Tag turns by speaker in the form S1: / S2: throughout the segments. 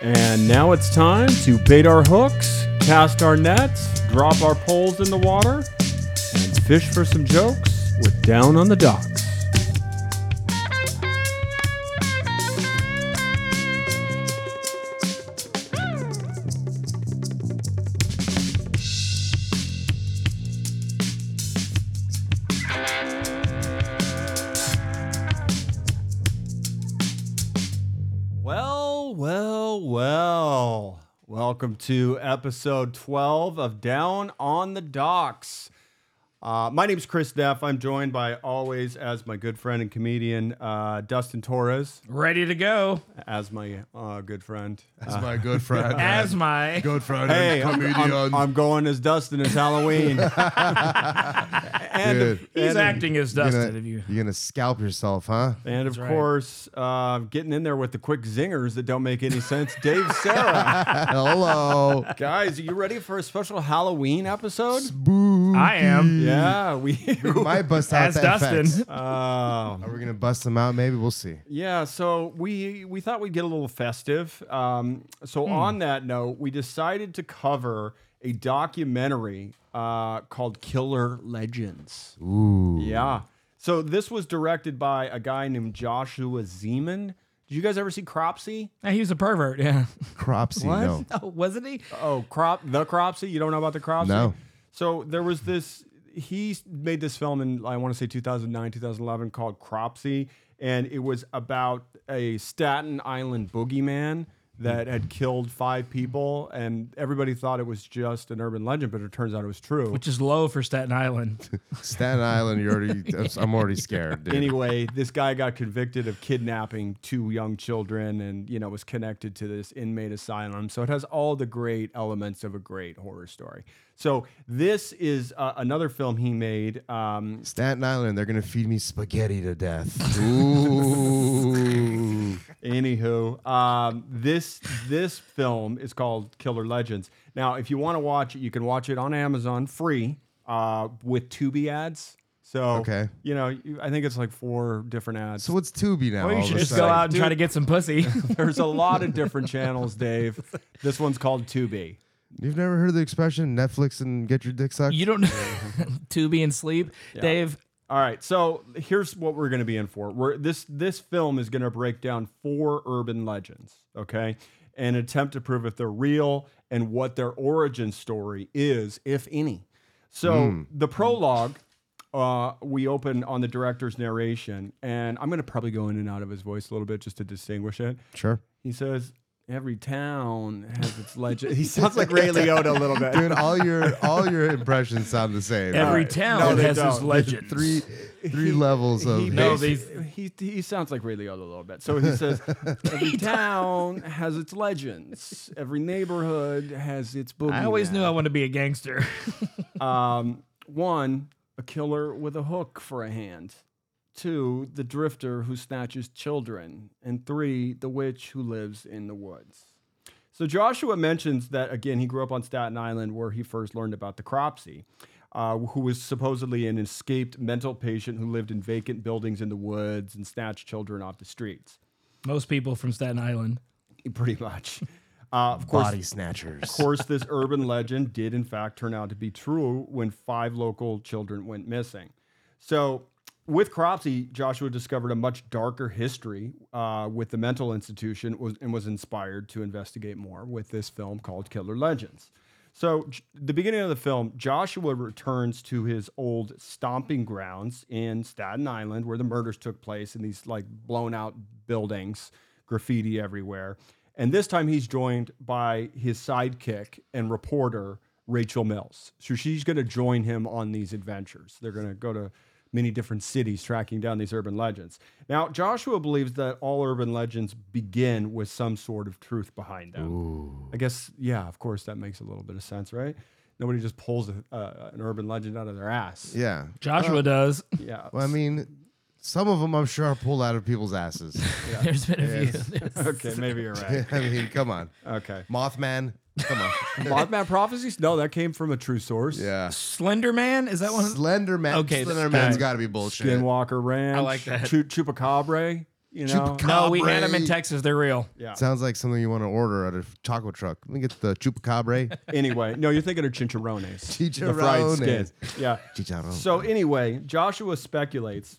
S1: And now it's time to bait our hooks, cast our nets, drop our poles in the water, and fish for some jokes with Down on the Docks.
S2: Well, well, well. Welcome to episode 12 of Down on the Docks. Uh, my name's Chris Neff. I'm joined by always, as my good friend and comedian, uh, Dustin Torres,
S3: ready to go
S2: as my uh, good friend.
S4: That's my good friend.
S3: as my
S4: good friend
S2: Hey,
S4: and
S2: I'm,
S4: comedian.
S2: I'm- I'm going as Dustin. It's Halloween. and
S4: Dude,
S3: he's
S2: and-
S3: acting as
S4: you're,
S3: Dustin
S4: gonna,
S3: of you.
S4: you're gonna scalp yourself, huh?
S2: And of
S3: right.
S2: course, uh, getting in there with the quick zingers that don't make any sense, Dave Sarah.
S4: Hello.
S2: Guys, are you ready for a special Halloween episode?
S4: Boo.
S3: I am.
S2: Yeah, we.
S4: We might bust out
S3: As
S4: the
S3: Dustin.
S4: effects.
S2: Oh,
S4: Are we gonna bust them out? Maybe we'll see.
S2: Yeah, so we we thought we'd get a little festive. Um, so on that note, we decided to cover a documentary uh, called Killer Legends.
S4: Ooh.
S2: Yeah. So this was directed by a guy named Joshua Zeman. Did you guys ever see Cropsy?
S3: Yeah, He was Uh, a pervert. Yeah.
S4: Cropsy. No.
S3: Oh, wasn't he?
S2: Oh, crop the Cropsy. You don't know about the Cropsy?
S4: No.
S2: So there was this. He made this film in I want to say 2009, 2011 called Cropsy, and it was about a Staten Island boogeyman that had killed five people, and everybody thought it was just an urban legend, but it turns out it was true.
S3: Which is low for Staten Island.
S4: Staten Island. You're already. I'm- I'm already scared, dude.
S2: anyway, this guy got convicted of kidnapping two young children and, you know, was connected to this inmate asylum. So it has all the great elements of a great horror story. So this is uh, another film he made. Um,
S4: Staten Island. They're gonna feed me spaghetti to death. Ooh.
S2: Anywho, um, this this film is called Killer Legends. Now, if you want to watch it, you can watch it on Amazon free uh, with Tubi ads. So,
S4: Okay.
S2: you know, you- I think it's like four different ads.
S4: so what's Tubi now?
S2: Well, you
S4: all
S2: should
S4: of a
S2: Just
S3: Just go
S4: sudden?
S3: out and try
S2: Dude.
S3: to get some pussy.
S2: There's a lot of different channels, Dave. This one's called Tubi.
S4: You've never heard of the expression Netflix and get your dick sucked?
S3: you don't know. Tubi and sleep. Dave,
S2: All right, so here's what we're going to be in for. We're, this this film is going to break down four urban legends, okay, and attempt to prove if they're real and what their origin story is, if any. So the prologue, uh, we open on the director's narration, and I'm going to probably go in and out of his voice a little bit just to distinguish it.
S4: Sure.
S2: He says, "Every town has its legend." He sounds like Ray Liotta a little bit.
S4: Dude, all your all your impressions sound the same.
S3: every
S2: right. No,
S3: town
S2: they
S3: has its
S2: don't.
S3: legend.
S4: three three levels of
S2: he,
S3: No,
S2: makes-
S3: these-
S2: he, he sounds like Ray Liotta a little bit. So he says, every town has its legends. Every neighborhood has its boogeyman.
S3: I always knew I wanted to be a gangster.
S2: Um, one, a killer with a hook for a hand. Two, the drifter who snatches children. And three, the witch who lives in the woods. So Joshua mentions that, again, he grew up on Staten Island where he first learned about the cropsy, uh, who was supposedly an escaped mental patient who lived in vacant buildings in the woods and snatched children off the streets.
S3: Most people from Staten Island.
S2: Pretty much. Uh, of course,
S4: body snatchers.
S2: of course, this urban legend did in fact turn out to be true when five local children went missing. So, with Cropsy, Joshua discovered a much darker history uh, with the mental institution was, and was inspired to investigate more with this film called Killer Legends. So, j- the beginning of the film, Joshua returns to his old stomping grounds in Staten Island, where the murders took place in these like blown out buildings, graffiti everywhere. And this time he's joined by his sidekick and reporter, Rachel Mills. So she's going to join him on these adventures. They're going to go to many different cities tracking down these urban legends. Now, Joshua believes that all urban legends begin with some sort of truth behind them. I guess, yeah, of course, that makes a little bit of sense, right? Nobody just pulls a, uh, an urban legend out of their ass.
S4: Yeah.
S3: Joshua does.
S2: Yeah.
S4: Well, I mean, some of them I'm sure are pulled out of people's asses.
S3: There's been a few.
S2: okay, maybe you're right.
S4: I mean, come on.
S2: Okay.
S4: Mothman. Come on.
S2: Mothman prophecies? No, that came from a true source.
S4: Yeah.
S3: Slender Man? Is that one? of-
S4: Slender Man.
S3: Okay,
S4: Slender
S3: th-
S4: Man's
S3: that-
S4: got to be bullshit.
S2: Skinwalker Ranch.
S3: I like that.
S2: Chu- Chupacabra. You know,
S4: Chupacabra.
S3: No, we had them in
S4: Cabra.
S3: Texas. They're real.
S2: yeah.
S4: Sounds like something you want to order at a taco truck. Let me get the chupacabra.
S2: Anyway, no, you're thinking of chicharrones. The fried
S4: Chicharrones.
S2: skins. Yeah.
S4: Chicharrón.
S2: So anyway, Joshua speculates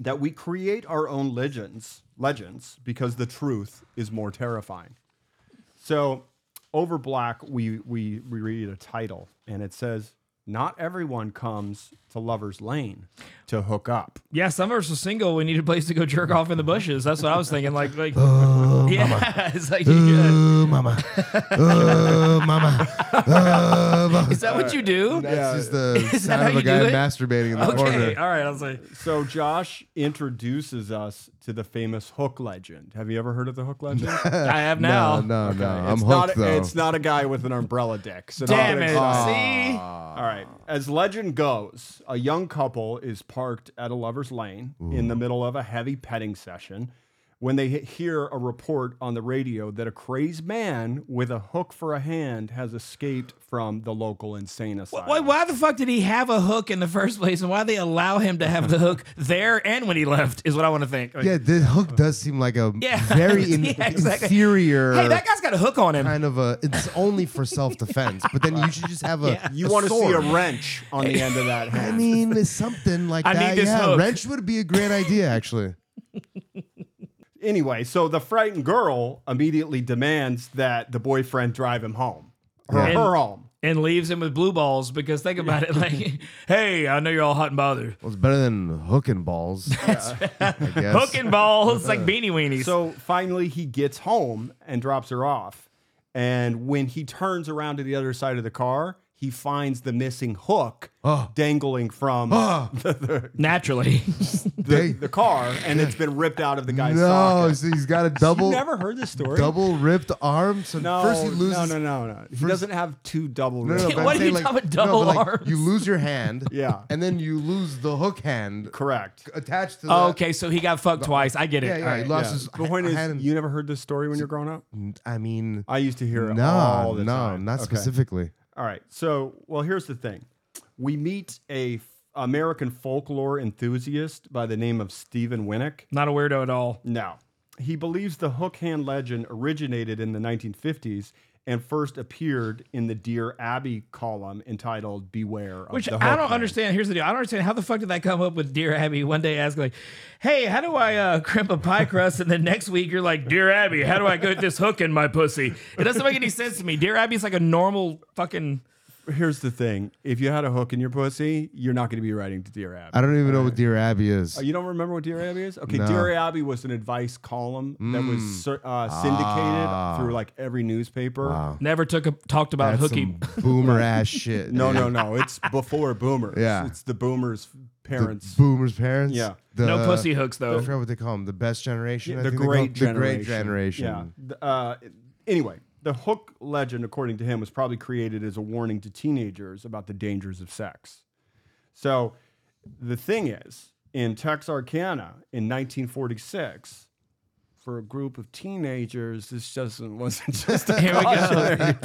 S2: that we create our own legends, legends because the truth is more terrifying. So over black, we we, we read a title and it says, "Not everyone comes to Lover's Lane to hook up."
S3: Yeah, some of us were single. We need a place to go jerk off in the bushes. That's what I was thinking. Like,
S4: Uh,
S3: like, yeah, it's like, yeah.
S4: Oh, mama. Oh, mama. Oh, mama.
S3: is that what you do?
S4: That's just the
S3: Is that
S4: sound
S3: how
S4: of a
S3: you do
S4: guy
S3: it?
S4: masturbating in the
S3: Okay,
S4: corner.
S3: all right. I was like,
S2: So Josh introduces us to the famous hook legend. Have you ever heard of the hook legend?
S3: I have now.
S4: No, no, no. I'm
S2: it's
S4: hooked
S2: not,
S4: though.
S2: It's not a guy with an umbrella dick. So don't
S3: Damn
S2: get
S3: it!
S2: excited.
S3: See,
S2: All right. As legend goes, a young couple is parked at a lover's lane in the middle of a heavy petting session when they he- hear a report on the radio that a crazed man with a hook for a hand has escaped from the local insane asylum.
S3: why, why the fuck did he have a hook in the first place, and why they allow him to have the hook there and when he left is what I want to think. Like,
S4: yeah, the hook does seem like a
S3: Yeah.
S4: very in-
S3: Yeah, exactly.
S4: inferior
S3: Hey, that guy's got a hook on him.
S4: kind of a. It's only for self defense, but then you should just have a.
S3: Yeah.
S2: You
S4: a
S2: want to see a
S4: sword.
S2: wrench on the end of that
S4: I
S2: hand.
S4: mean, it's something like
S3: I need
S4: that.
S3: this
S4: yeah,
S3: hook.
S4: wrench would be a great idea, actually.
S2: Anyway, so the frightened girl immediately demands that the boyfriend drive him home. Her,
S3: Yeah.
S2: her
S3: And-
S2: home.
S3: And leaves him with blue balls because think about it. Like, hey, I know you're all hot and bothered.
S4: Well, it's better than hooking balls. I guess.
S3: Hooking balls like beanie weenies.
S2: So finally, he gets home and drops her off. And when he turns around to the other side of the car, he finds the missing hook
S4: Oh.
S2: dangling from
S4: Oh,
S3: naturally,
S2: the,
S4: they-
S2: the car, and it's been ripped out of the guy's
S4: no,
S2: socket.
S4: so he's got a double
S2: You never heard this story?
S4: double ripped arm. So
S2: No,
S4: first he loses.
S2: no, no, no, no. He does doesn't have two double.
S4: No, no,
S2: wrists.
S4: but I'm
S3: What are you
S4: saying,
S3: talking about
S4: no, but,
S3: double
S4: like,
S3: arms?
S4: You lose your hand.
S2: Yeah.
S4: And then you lose the hook hand
S2: Correct.
S4: attached to the.
S3: okay, so he got fucked twice. I get it.
S4: Yeah, yeah.
S3: All
S4: He
S3: right.
S4: lost
S2: Yeah.
S4: his
S2: The point
S4: h-
S2: is,
S4: hand.
S2: you never heard this story when you're growing up.
S4: I mean,
S2: I used to hear it all
S4: no,
S2: the
S4: no,
S2: time.
S4: not
S2: Okay.
S4: specifically.
S2: All right. So, well, here's the thing. We meet a f- American folklore enthusiast by the name of Stephen Winnick.
S3: Not a weirdo at all.
S2: No. He believes the hook hand legend originated in the 1950s and first appeared in the Dear Abby column entitled Beware of
S3: Which
S2: the
S3: I
S2: Hook
S3: don't
S2: Man."
S3: understand. Here's the deal. I don't understand how the fuck did that come up with Dear Abby one day asking like, hey, how do I uh, crimp a pie crust? And then next week you're like, Dear Abby, how do I get this hook in my pussy? It doesn't make any sense to me. Dear Abby's like a normal fucking
S2: Here's the thing if you had a hook in your pussy, you're not going to be writing to Dear Abby.
S4: I don't even know what Dear Abby is.
S2: Oh, you don't remember what Dear Abby is? Okay,
S4: No.
S2: Dear Abby was an advice column that was cer- uh, syndicated through like every newspaper.
S3: never took a talked about
S4: That's
S3: hooky.
S4: some boomer ass shit.
S2: No,
S4: dude.
S2: no, no. It's before boomers.
S4: Yeah.
S2: It's the boomers' parents.
S4: Boomers' parents.
S2: Yeah.
S4: The-
S3: no pussy hooks
S4: I
S3: though.
S4: forgot what they call them. The best generation. I
S2: the
S4: think they call
S2: great
S4: them.
S2: generation.
S4: The great generation.
S2: Yeah. The- Uh, anyway, the hook legend, according to him, was probably created as a warning to teenagers about the dangers of sex. So the thing is, in Texarkana in 1946, for a group of teenagers, this doesn't wasn't just a
S3: Here we go.
S2: cautionary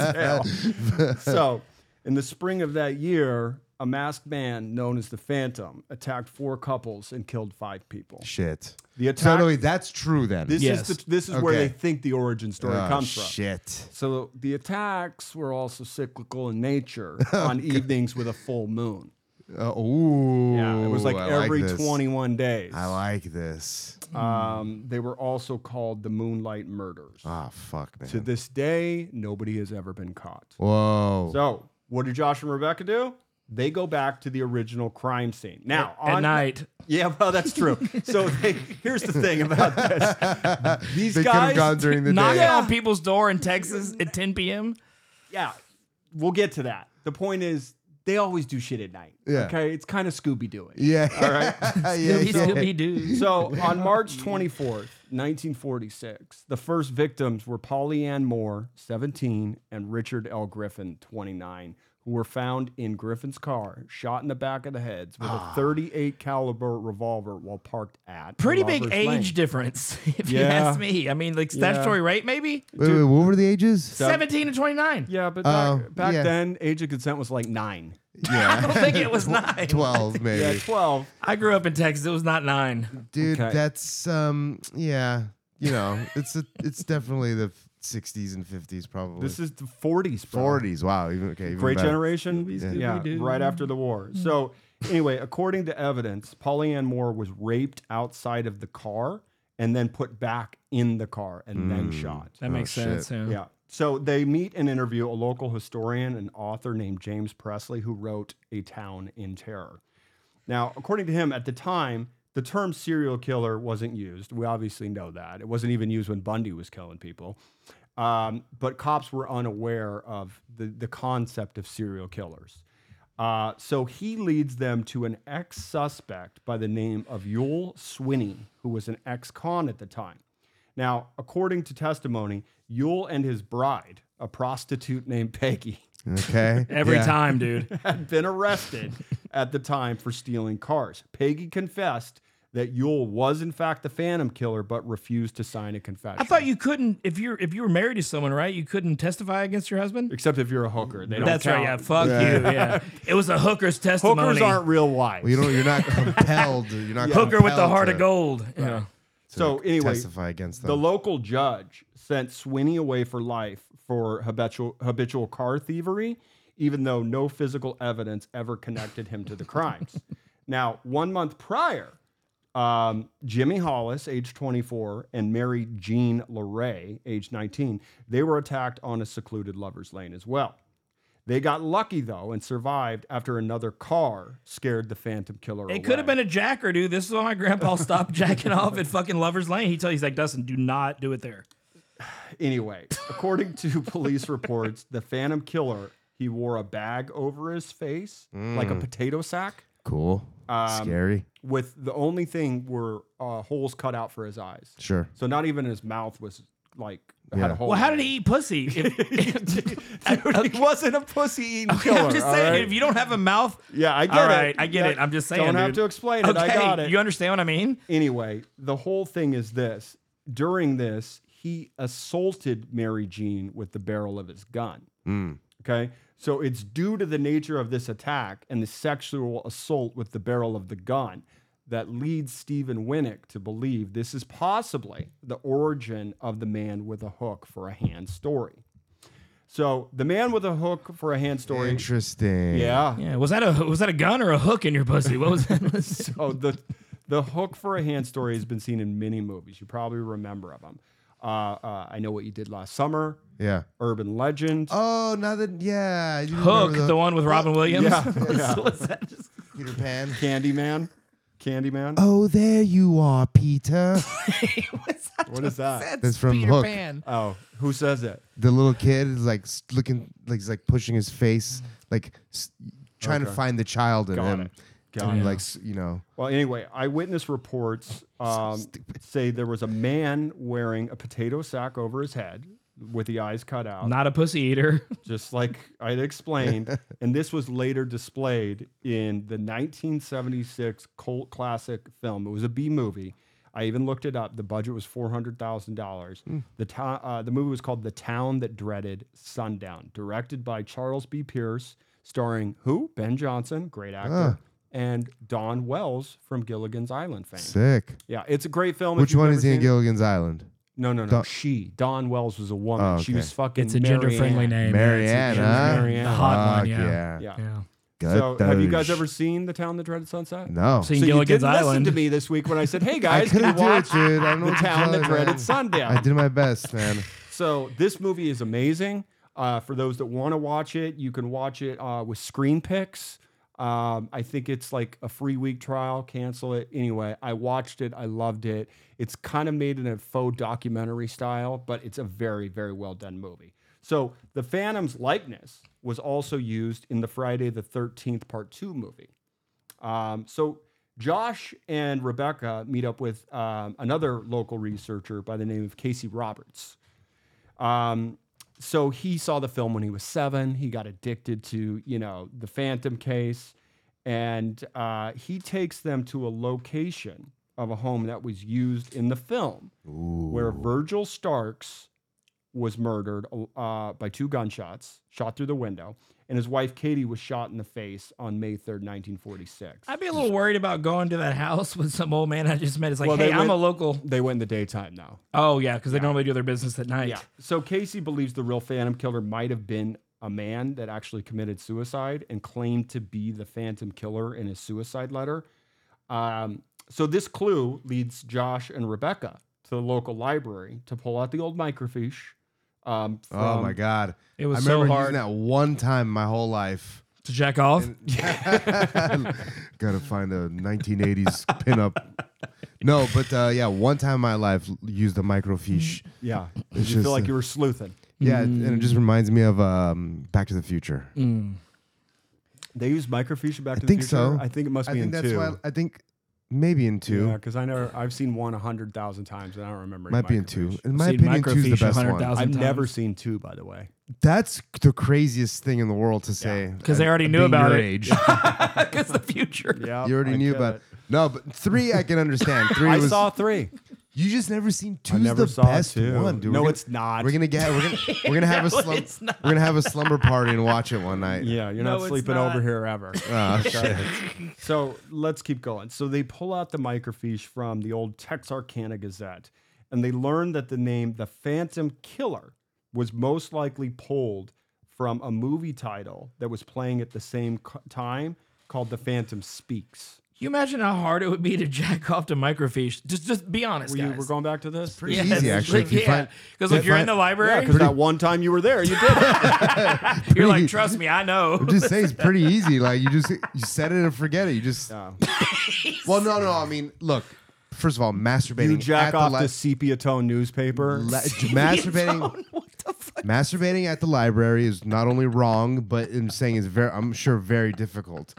S2: tale. so, in the spring of that year, a masked man known as the Phantom attacked four couples and killed five people.
S4: Shit.
S2: The
S4: So
S2: attack
S4: no, wait, that's true then.
S2: this
S3: Yes.
S2: is the, this is where they
S4: Okay.
S2: think the origin story
S4: Oh,
S2: comes from.
S4: shit.
S2: So the attacks were also cyclical in nature on evenings with a full moon.
S4: Uh, ooh.
S2: it was like
S4: I
S2: every
S4: this.
S2: 21 days.
S4: I like this.
S2: um, they were also called the Moonlight Murders.
S4: Ah, fuck, man.
S2: to this day, nobody has ever been caught.
S4: Whoa.
S2: So what do Josh and Rebecca do? They go back to the original crime scene. Now
S3: At
S2: on-
S3: night.
S2: Yeah, well, that's true. so they, here's the thing about this: these
S4: they could
S2: guys
S4: have gone during the
S3: Knocking
S4: day.
S3: on people's door in Texas at 10 p.m.
S2: yeah, we'll get to that. The point is, they always do shit at night.
S4: Yeah.
S2: Okay, it's kind of Scooby Dooing.
S4: Yeah. All right. yeah,
S3: He's
S4: yeah.
S3: Scooby Doo.
S2: So on March 24th, 1946, the first victims were Polly Ann Moore, 17, and Richard L. Griffin, 29, who were found in Griffin's car, shot in the back of the heads with
S4: Ah.
S2: a 38 caliber revolver while parked at
S3: Pretty big
S2: Robbers
S3: age
S2: Lane.
S3: difference, if you
S2: Yeah.
S3: ask me. I mean, like statutory rate, maybe
S4: Wait, wait, what were the ages?
S3: 17 to 29.
S2: Yeah, but
S4: Oh,
S2: back, back
S4: yeah.
S2: then, age of consent was like nine.
S3: I don't think it was nine.
S4: Twelve,
S2: Yeah,
S4: maybe.
S2: 12.
S3: I grew up in Texas. It was not nine.
S4: Dude,
S2: Okay.
S4: that's um, yeah. You know, it's a, it's definitely the '60s and '50s, probably.
S2: This is the 40s, bro.
S4: '40s. Wow. Even okay. Even
S2: Great
S4: better.
S2: generation. Yeah, right after the
S3: Mm-hmm.
S2: war. So, anyway, according to evidence, Polly Ann Moore was raped outside of the car and then put back in the car and then shot.
S3: That makes
S4: shit.
S3: sense. Yeah.
S2: Oh, Yeah. So they meet and interview a local historian and author named James Presley, who wrote A Town in Terror. Now, according to him, at the time, the term serial killer wasn't used. We obviously know that. It wasn't even used when Bundy was killing people. Um, but cops were unaware of the, the concept of serial killers. Uh, so he leads them to an ex suspect by the name of Yul Swinney, who was an ex con at the time. Now, according to testimony, Yule and his bride, a prostitute named Peggy,
S4: Okay.
S3: Every
S4: Yeah.
S3: time, dude.
S2: had been arrested at the time for stealing cars. Peggy confessed that Yule was in fact the Phantom Killer, but refused to sign a confession.
S3: I thought you couldn't if you're if you were married to someone, right? You couldn't testify against your husband.
S2: except if you're a hooker, they don't
S3: That's right. Yeah.
S2: count.
S3: Fuck you. Yeah. It was a hooker's testimony.
S2: Hookers aren't real wives.
S4: Well, you don't. You're not compelled. You're not
S3: hooker with the
S4: compelled
S3: heart
S4: to
S3: of gold. Yeah.
S2: so anyway,
S4: Testify against them.
S2: the local judge sent Swinney away for life for habitual habitual car thievery, even though no physical evidence ever connected him to the crimes. now, one month prior, um, Jimmy Hollis, age 24, and Mary Jean Larray, age 19, they were attacked on a secluded lovers lane as well. They got lucky though and survived after another car scared the Phantom Killer away.
S3: It could have been a jacker, dude. This is why my grandpa stopped jacking off at fucking Lover's Lane. He tells he's like, Dustin, do not do it there.
S2: Anyway, according to police reports, the Phantom Killer he wore a bag over his face like a
S4: Mm.
S2: potato sack,
S4: cool. Scary.
S2: with the only thing were uh, holes cut out for his eyes.
S4: Sure.
S2: So not even his mouth was like had
S4: Yeah.
S2: a hole.
S3: Well, how
S2: in
S3: did
S2: it.
S3: he eat pussy? If,
S2: Dude, he wasn't a pussy eating killer.
S3: I'm just
S2: all
S3: saying,
S2: right?
S3: if you don't have a mouth,
S2: yeah, I get
S3: all
S2: it.
S3: right, I get
S2: Yeah,
S3: it. I'm just saying,
S2: Don't have
S3: dude.
S2: to explain it.
S3: okay,
S2: I got it.
S3: you understand what I mean?
S2: anyway, the whole thing is this. During this, he assaulted Mary Jean with the barrel of his gun. Okay. So it's due to the nature of this attack and the sexual assault with the barrel of the gun that leads Stephen Winnick to believe this is possibly the origin of the man with a hook for a hand story. So the man with a hook for a hand story.
S4: Interesting.
S2: Yeah.
S3: Yeah. Was that a was that a gun or a hook in your pussy? What was that?
S2: Oh, the the hook for a hand story has been seen in many movies. You probably remember of them. Uh, uh, I know what you did last summer.
S4: Yeah.
S2: Urban Legend.
S4: Oh, now that yeah, you remember
S3: hook, the one with Robin Williams.
S2: yeah,
S3: Was that just-
S4: Peter Pan.
S2: Candyman. Candyman.
S4: Oh, there you are, Peter.
S3: was that
S2: what is that?
S4: That's from Hook.
S2: Oh, who says it?
S4: The little kid is like s- looking, like he's like pushing his face, like s- trying to find the child in
S2: Got
S4: him.
S2: it. Got
S4: and
S2: it.
S4: Like s- you know,
S2: Well, anyway, eyewitness reports um, say there was a man wearing a potato sack over his head with the eyes cut out.
S3: Not a pussy eater.
S2: just like I'd explained. and this was later displayed in the 1976 cult classic film. It was a B movie. I even looked it up. The budget was four hundred thousand dollars.
S4: Hmm.
S2: The to- uh, the movie was called "The Town That Dreaded Sundown," directed by Charles B. Pierce, starring who? Ben Johnson, great actor,
S4: Ah.
S2: and Don Wells from Gilligan's Island fame.
S4: sick.
S2: Yeah, it's a great film. if
S4: Which
S2: you've
S4: one
S2: never
S4: is he in
S2: seen it-
S4: Gilligan's Island?
S2: No, no, no.
S4: Don-
S2: she Don Wells was a woman.
S4: Oh,
S2: She
S4: okay.
S2: was fucking.
S3: It's a gender friendly
S2: Marianne.
S3: name.
S4: Marianne, huh?
S2: Marianne.
S3: The hot
S4: Fuck
S3: one, yeah.
S2: Yeah.
S3: Yeah.
S4: Good
S2: So, have you guys
S4: doge.
S2: ever seen The Town That Dreaded Sunset?
S4: No.
S2: Oh. So
S3: So
S2: you
S3: Gilligan's
S2: didn't listen
S3: Island.
S2: to me this week when I said, "Hey guys, can you
S4: couldn't do it,
S2: watch
S4: dude. I don't know
S2: The
S4: what to
S2: Town
S4: tell
S2: That
S4: you, man.
S2: Dreaded Sundown"?
S4: I did my best, man.
S2: So this movie is amazing. Uh, for those that want to watch it, you can watch it uh, with Screen Picks. Um, I think it's like a free week trial. Cancel it anyway. I watched it. I loved it. It's kind of made in a faux documentary style, but it's a very, very well done movie. So the Phantom's likeness was also used in the Friday the Thirteenth Part Two movie. Um, so Josh and Rebecca meet up with um, another local researcher by the name of Casey Roberts. Um, so he saw the film when he was seven. He got addicted to, you know, the Phantom case. And uh, he takes them to a location of a home that was used in the film where Virgil Starks was murdered uh, by two gunshots, shot through the window, and his wife Katie was shot in the face on May 3rd, 1946.
S3: I'd be a little worried about going to that house with some old man I just met. It's like,
S2: Well, they
S3: hey, I'm
S2: went-
S3: a local.
S2: They went in the daytime now.
S3: Oh yeah, because they normally do their business at night.
S2: Yeah. So Casey believes the real Phantom Killer might have been a man that actually committed suicide and claimed to be the Phantom Killer in his suicide letter. Um, so this clue leads Josh and Rebecca to the local library to pull out the old microfiche. Um,
S4: Oh
S2: from-
S4: my god!
S3: It was
S4: I
S3: so
S4: remember
S3: hard.
S4: using that one time in my whole life.
S3: To jack off.
S4: Gotta find a 1980s pinup. No, but uh, yeah, one time in my life l- used a microfiche.
S2: Yeah.
S4: It's
S2: you feel
S4: just
S2: like
S4: a-
S2: you were sleuthing.
S4: Yeah, it- and it just reminds me of um, Back to the Future.
S3: Mm.
S2: They use microfiche in back
S4: I
S2: to
S4: think
S2: the future.
S4: so.
S2: I think it must
S4: I
S2: be
S4: think
S2: in
S4: that's
S2: two.
S4: why. I think maybe in two.
S2: Yeah, because I never I've seen one a hundred thousand times and I don't remember.
S4: Might be in two.
S2: microfiche.
S4: In my
S3: Seen
S4: opinion, two's the
S3: microfiche
S4: best one.
S3: 100,000
S2: I've never
S3: times.
S2: seen two, by the way.
S4: That's the craziest thing in the world to say.
S3: 'Cause they
S4: uh,
S3: already knew
S4: being
S3: about
S4: your
S3: it.
S4: Age.
S3: Because the future.
S2: Yeah,
S4: You already knew about it. No, but three I can understand. Three
S2: I
S4: was
S2: saw three.
S4: you just never seen
S2: I
S4: two's
S2: never
S4: the
S2: saw
S4: best
S2: two.
S4: one, dude. We're
S2: No,
S4: gonna-
S2: it's not.
S4: We're gonna get we're gonna we're gonna have a
S3: No,
S4: slum,
S3: it's
S4: we're
S3: not.
S4: gonna have a slumber party and watch it one night.
S2: yeah, you're
S3: No,
S2: not
S3: it's
S2: sleeping
S3: not.
S2: over here ever.
S4: Oh, shit.
S2: so let's keep going. So they pull out the microfiche from the old Texarkana Gazette, and they learn that the name the Phantom Killer was most likely pulled from a movie title that was playing at the same co- time called The Phantom Speaks.
S3: You imagine how hard it would be to jack off to microfiche. Just, just be honest,
S2: Were you,
S3: guys.
S2: we're going back to this?
S4: pretty easy, actually, if you
S3: yeah,
S4: find-
S3: because
S4: yeah,
S3: if you're in
S4: find-
S3: the
S2: Yeah,
S3: library,
S2: because that one time you were there, you did. it.
S3: you're like,
S4: pretty-
S3: trust me, I know.
S4: just say it's pretty easy. Like you just you set it and forget it. You just
S2: Yeah.
S4: well, no, no. I mean, look. First of all, masturbating.
S2: You jack
S4: at
S2: off
S4: the
S2: the sepia tone newspaper.
S4: li- la- masturbating.
S3: what the fuck?
S4: Masturbating at the library is not only wrong, but I'm saying it's very, I'm sure, very difficult.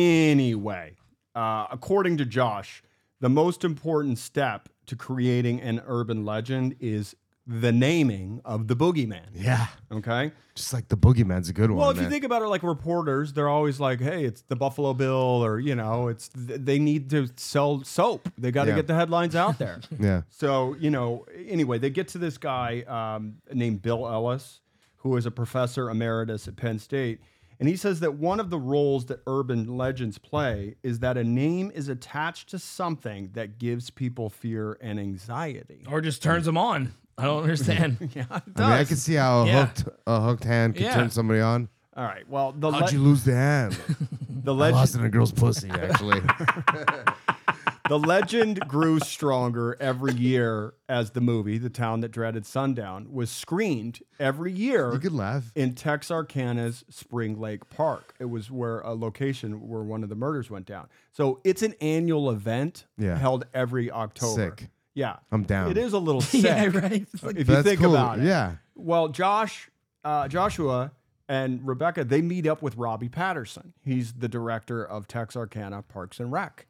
S2: Anyway, uh, according to Josh, the most important step to creating an urban legend is the naming of the boogeyman.
S4: Yeah.
S2: Okay.
S4: Just like the boogeyman's a good one.
S2: Well, if you
S4: man.
S2: think about it, like reporters, they're always like, "Hey, it's the Buffalo Bill," or you know, it's th- they need to sell soap. They got to
S4: Yeah.
S2: get the headlines out there.
S4: yeah.
S2: So, you know, anyway, they get to this guy um, named Bill Ellis, who is a professor emeritus at Penn State. And he says that one of the roles that urban legends play is that a name is attached to something that gives people fear and anxiety.
S3: Or just turns them on. I don't understand. yeah, it
S4: I mean, I
S3: does.
S4: can see how a
S3: Yeah.
S4: hooked a hooked hand could
S3: Yeah.
S4: turn somebody on.
S2: All right. Well, the,
S4: How'd
S2: le-
S4: you lose the hand?
S2: the
S4: Lost
S2: legend
S4: in a girl's pussy, actually.
S2: the legend grew stronger every year as the movie, The Town That Dreaded Sundown, was screened every year.
S4: you could laugh.
S2: in Texarkana's Spring Lake Park. It was where a location where one of the murders went down. So it's an annual event
S4: Yeah.
S2: held every October.
S4: Sick.
S2: Yeah.
S4: I'm down.
S2: It is a little sick.
S3: yeah, right. It's like-
S2: If you
S4: That's
S2: think
S4: cool.
S2: about it.
S4: Yeah.
S2: Well, Josh, uh, Joshua and Rebecca, they meet up with Robbie Patterson. He's the director of Texarkana Parks and Rec.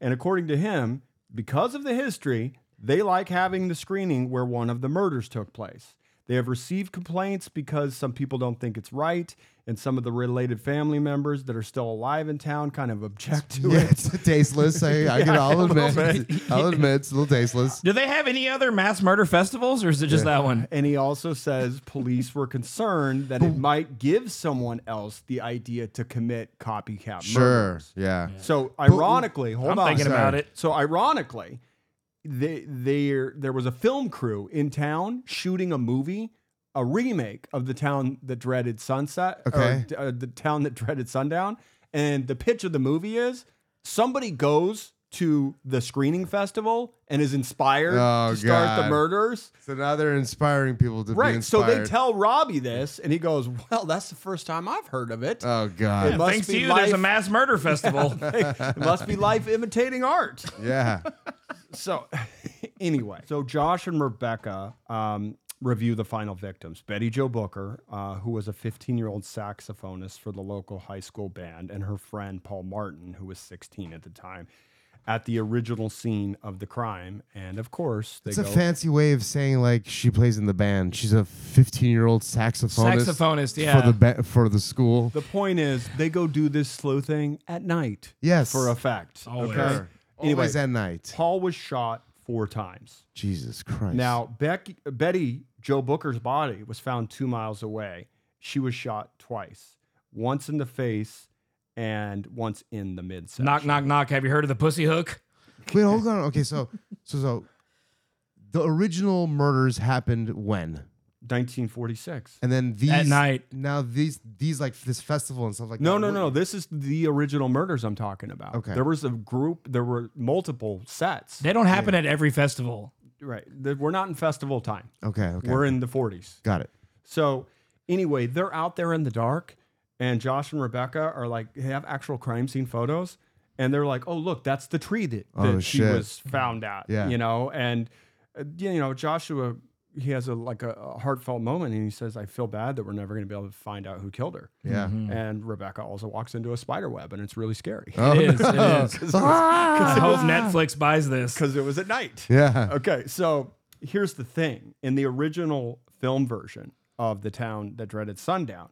S2: And according to him, because of the history, they like having the screening where one of the murders took place. They have received complaints because some people don't think it's right, and some of the related family members that are still alive in town kind of object to
S4: Yeah,
S2: it.
S4: it's tasteless. I, I can all admit. I'll admit it's a little tasteless.
S3: do they have any other mass murder festivals, or is it just that one?
S2: And he also says police were concerned that it might give someone else the idea to commit copycat
S4: Sure.
S2: murders.
S4: Yeah.
S2: So ironically, hold
S3: I'm
S2: on.
S3: thinking
S4: sorry.
S3: about it.
S2: so ironically, they, there there was a film crew in town shooting a movie, a remake of the town that dreaded sunset, or,
S4: Okay.
S2: uh, the town that dreaded sundown. And the pitch of the movie is somebody goes to the screening festival and is inspired
S4: Oh,
S2: to start the
S4: God.
S2: murders.
S4: So now they're inspiring people to be
S2: Right. So
S4: inspired.
S2: they tell Robbie this, and he goes, "Well, that's the first time I've heard of it.
S4: Oh God.
S2: must
S3: Thanks
S2: be
S3: to you, there's a
S2: life.
S3: mass murder festival.
S2: it must be life imitating art."
S4: Yeah.
S2: So, anyway, so Josh and Rebecca um, review the final victims. Betty Jo Booker, uh, who was a 15 year old saxophonist for the local high school band, and her friend Paul Martin, who was 16 at the time. at the original scene of the crime. And of course, they
S4: It's
S2: go.
S4: a fancy way of saying like she plays in the band. She's a 15 year old saxophonist.
S3: Saxophonist, yeah.
S4: For the ba- for the school.
S2: the point is, they go do this slow thing at night.
S4: Yes.
S2: For a fact.
S3: Always.
S2: Okay.
S3: Sure.
S2: Anyway,
S4: Always at night.
S2: Paul was shot four times.
S4: Jesus Christ.
S2: Now, Beck, Betty Joe Booker's body was found two miles away. She was shot twice, once in the face and once in the midsection.
S3: Knock, knock, knock. Have you heard of the pussy hook?
S4: wait, hold on. Okay, so so so the original murders happened when,
S2: 1946.
S4: and then these
S3: At night.
S4: Now these these like this festival and stuff like
S2: No,
S4: that.
S2: no, no. This is the original murders I'm talking about.
S4: Okay.
S2: There was a group, there were multiple sets.
S3: They don't happen at every festival.
S2: right. That- We're not in festival time.
S4: Okay, okay.
S2: We're in the 40s.
S4: Got it.
S2: So, anyway, they're out there in the dark, and Josh and Rebecca are like, they have actual crime scene photos. And they're like, oh, look, that's the tree that, that
S4: Oh,
S2: she
S4: shit.
S2: was found at.
S4: Yeah.
S2: You know, and, uh, you know, Joshua, he has a like a, a heartfelt moment and he says, I feel bad that we're never going to be able to find out who killed her.
S4: Yeah.
S2: And Rebecca also walks into a spider web and it's really scary
S4: Oh,
S3: It is, it
S4: no.
S3: is. I hope Netflix buys this.
S2: because it was at night.
S4: Yeah.
S2: Okay, so here's the thing. In the original film version of The Town That Dreaded Sundown,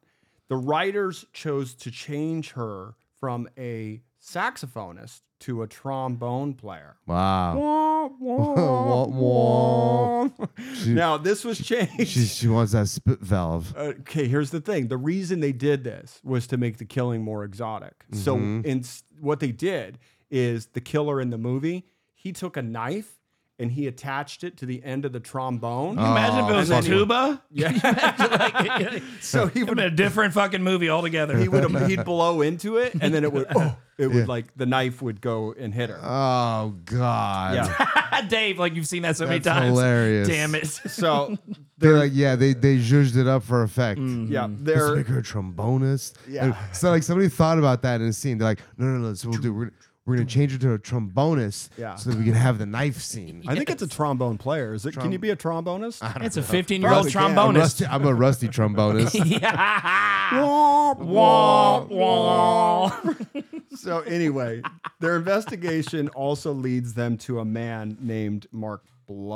S2: the writers chose to change her from a saxophonist to a trombone player.
S4: Wow.
S2: Wah, wah,
S4: Wah,
S2: wah. now, this was changed.
S4: She she wants that spit valve.
S2: Okay, here's the thing. The reason they did this was to make the killing more exotic. So, in s- what they did is the killer in the movie, he took a knife and he attached it to the end of the trombone.
S3: Imagine if it was a
S2: and then-
S3: tuba.
S2: Uh, Yeah.
S3: like,
S2: so he
S3: even
S2: would
S3: a different fucking movie altogether.
S2: he would he'd blow into it and then it would oh, it would like the knife would go and hit her.
S4: Oh God.
S2: Yeah.
S3: Dave, like you've seen that so many
S4: That's
S3: times.
S4: hilarious.
S3: Damn it.
S2: So,
S4: They're like, yeah, they they zhuzhed it up for effect.
S2: Mm-hmm. yeah,
S4: Let's
S2: they're
S4: make her a trombonist.
S2: Yeah.
S4: And so like somebody thought about that in a scene. They're like, no, no, no. So we'll do. We're gonna, we're gonna change it to a trombonist.
S2: Yeah.
S4: So that we can have the knife scene.
S2: I think it's a trombone player. Is it? can you be a trombonist?
S3: It's a 15 year old
S4: Rusty- yeah, I'm
S3: trombonist.
S4: rusty- I'm a rusty trombonist.
S3: Yeah.
S2: Wah, wah,
S3: Wah.
S2: So anyway, their investigation also leads them to a man named Mark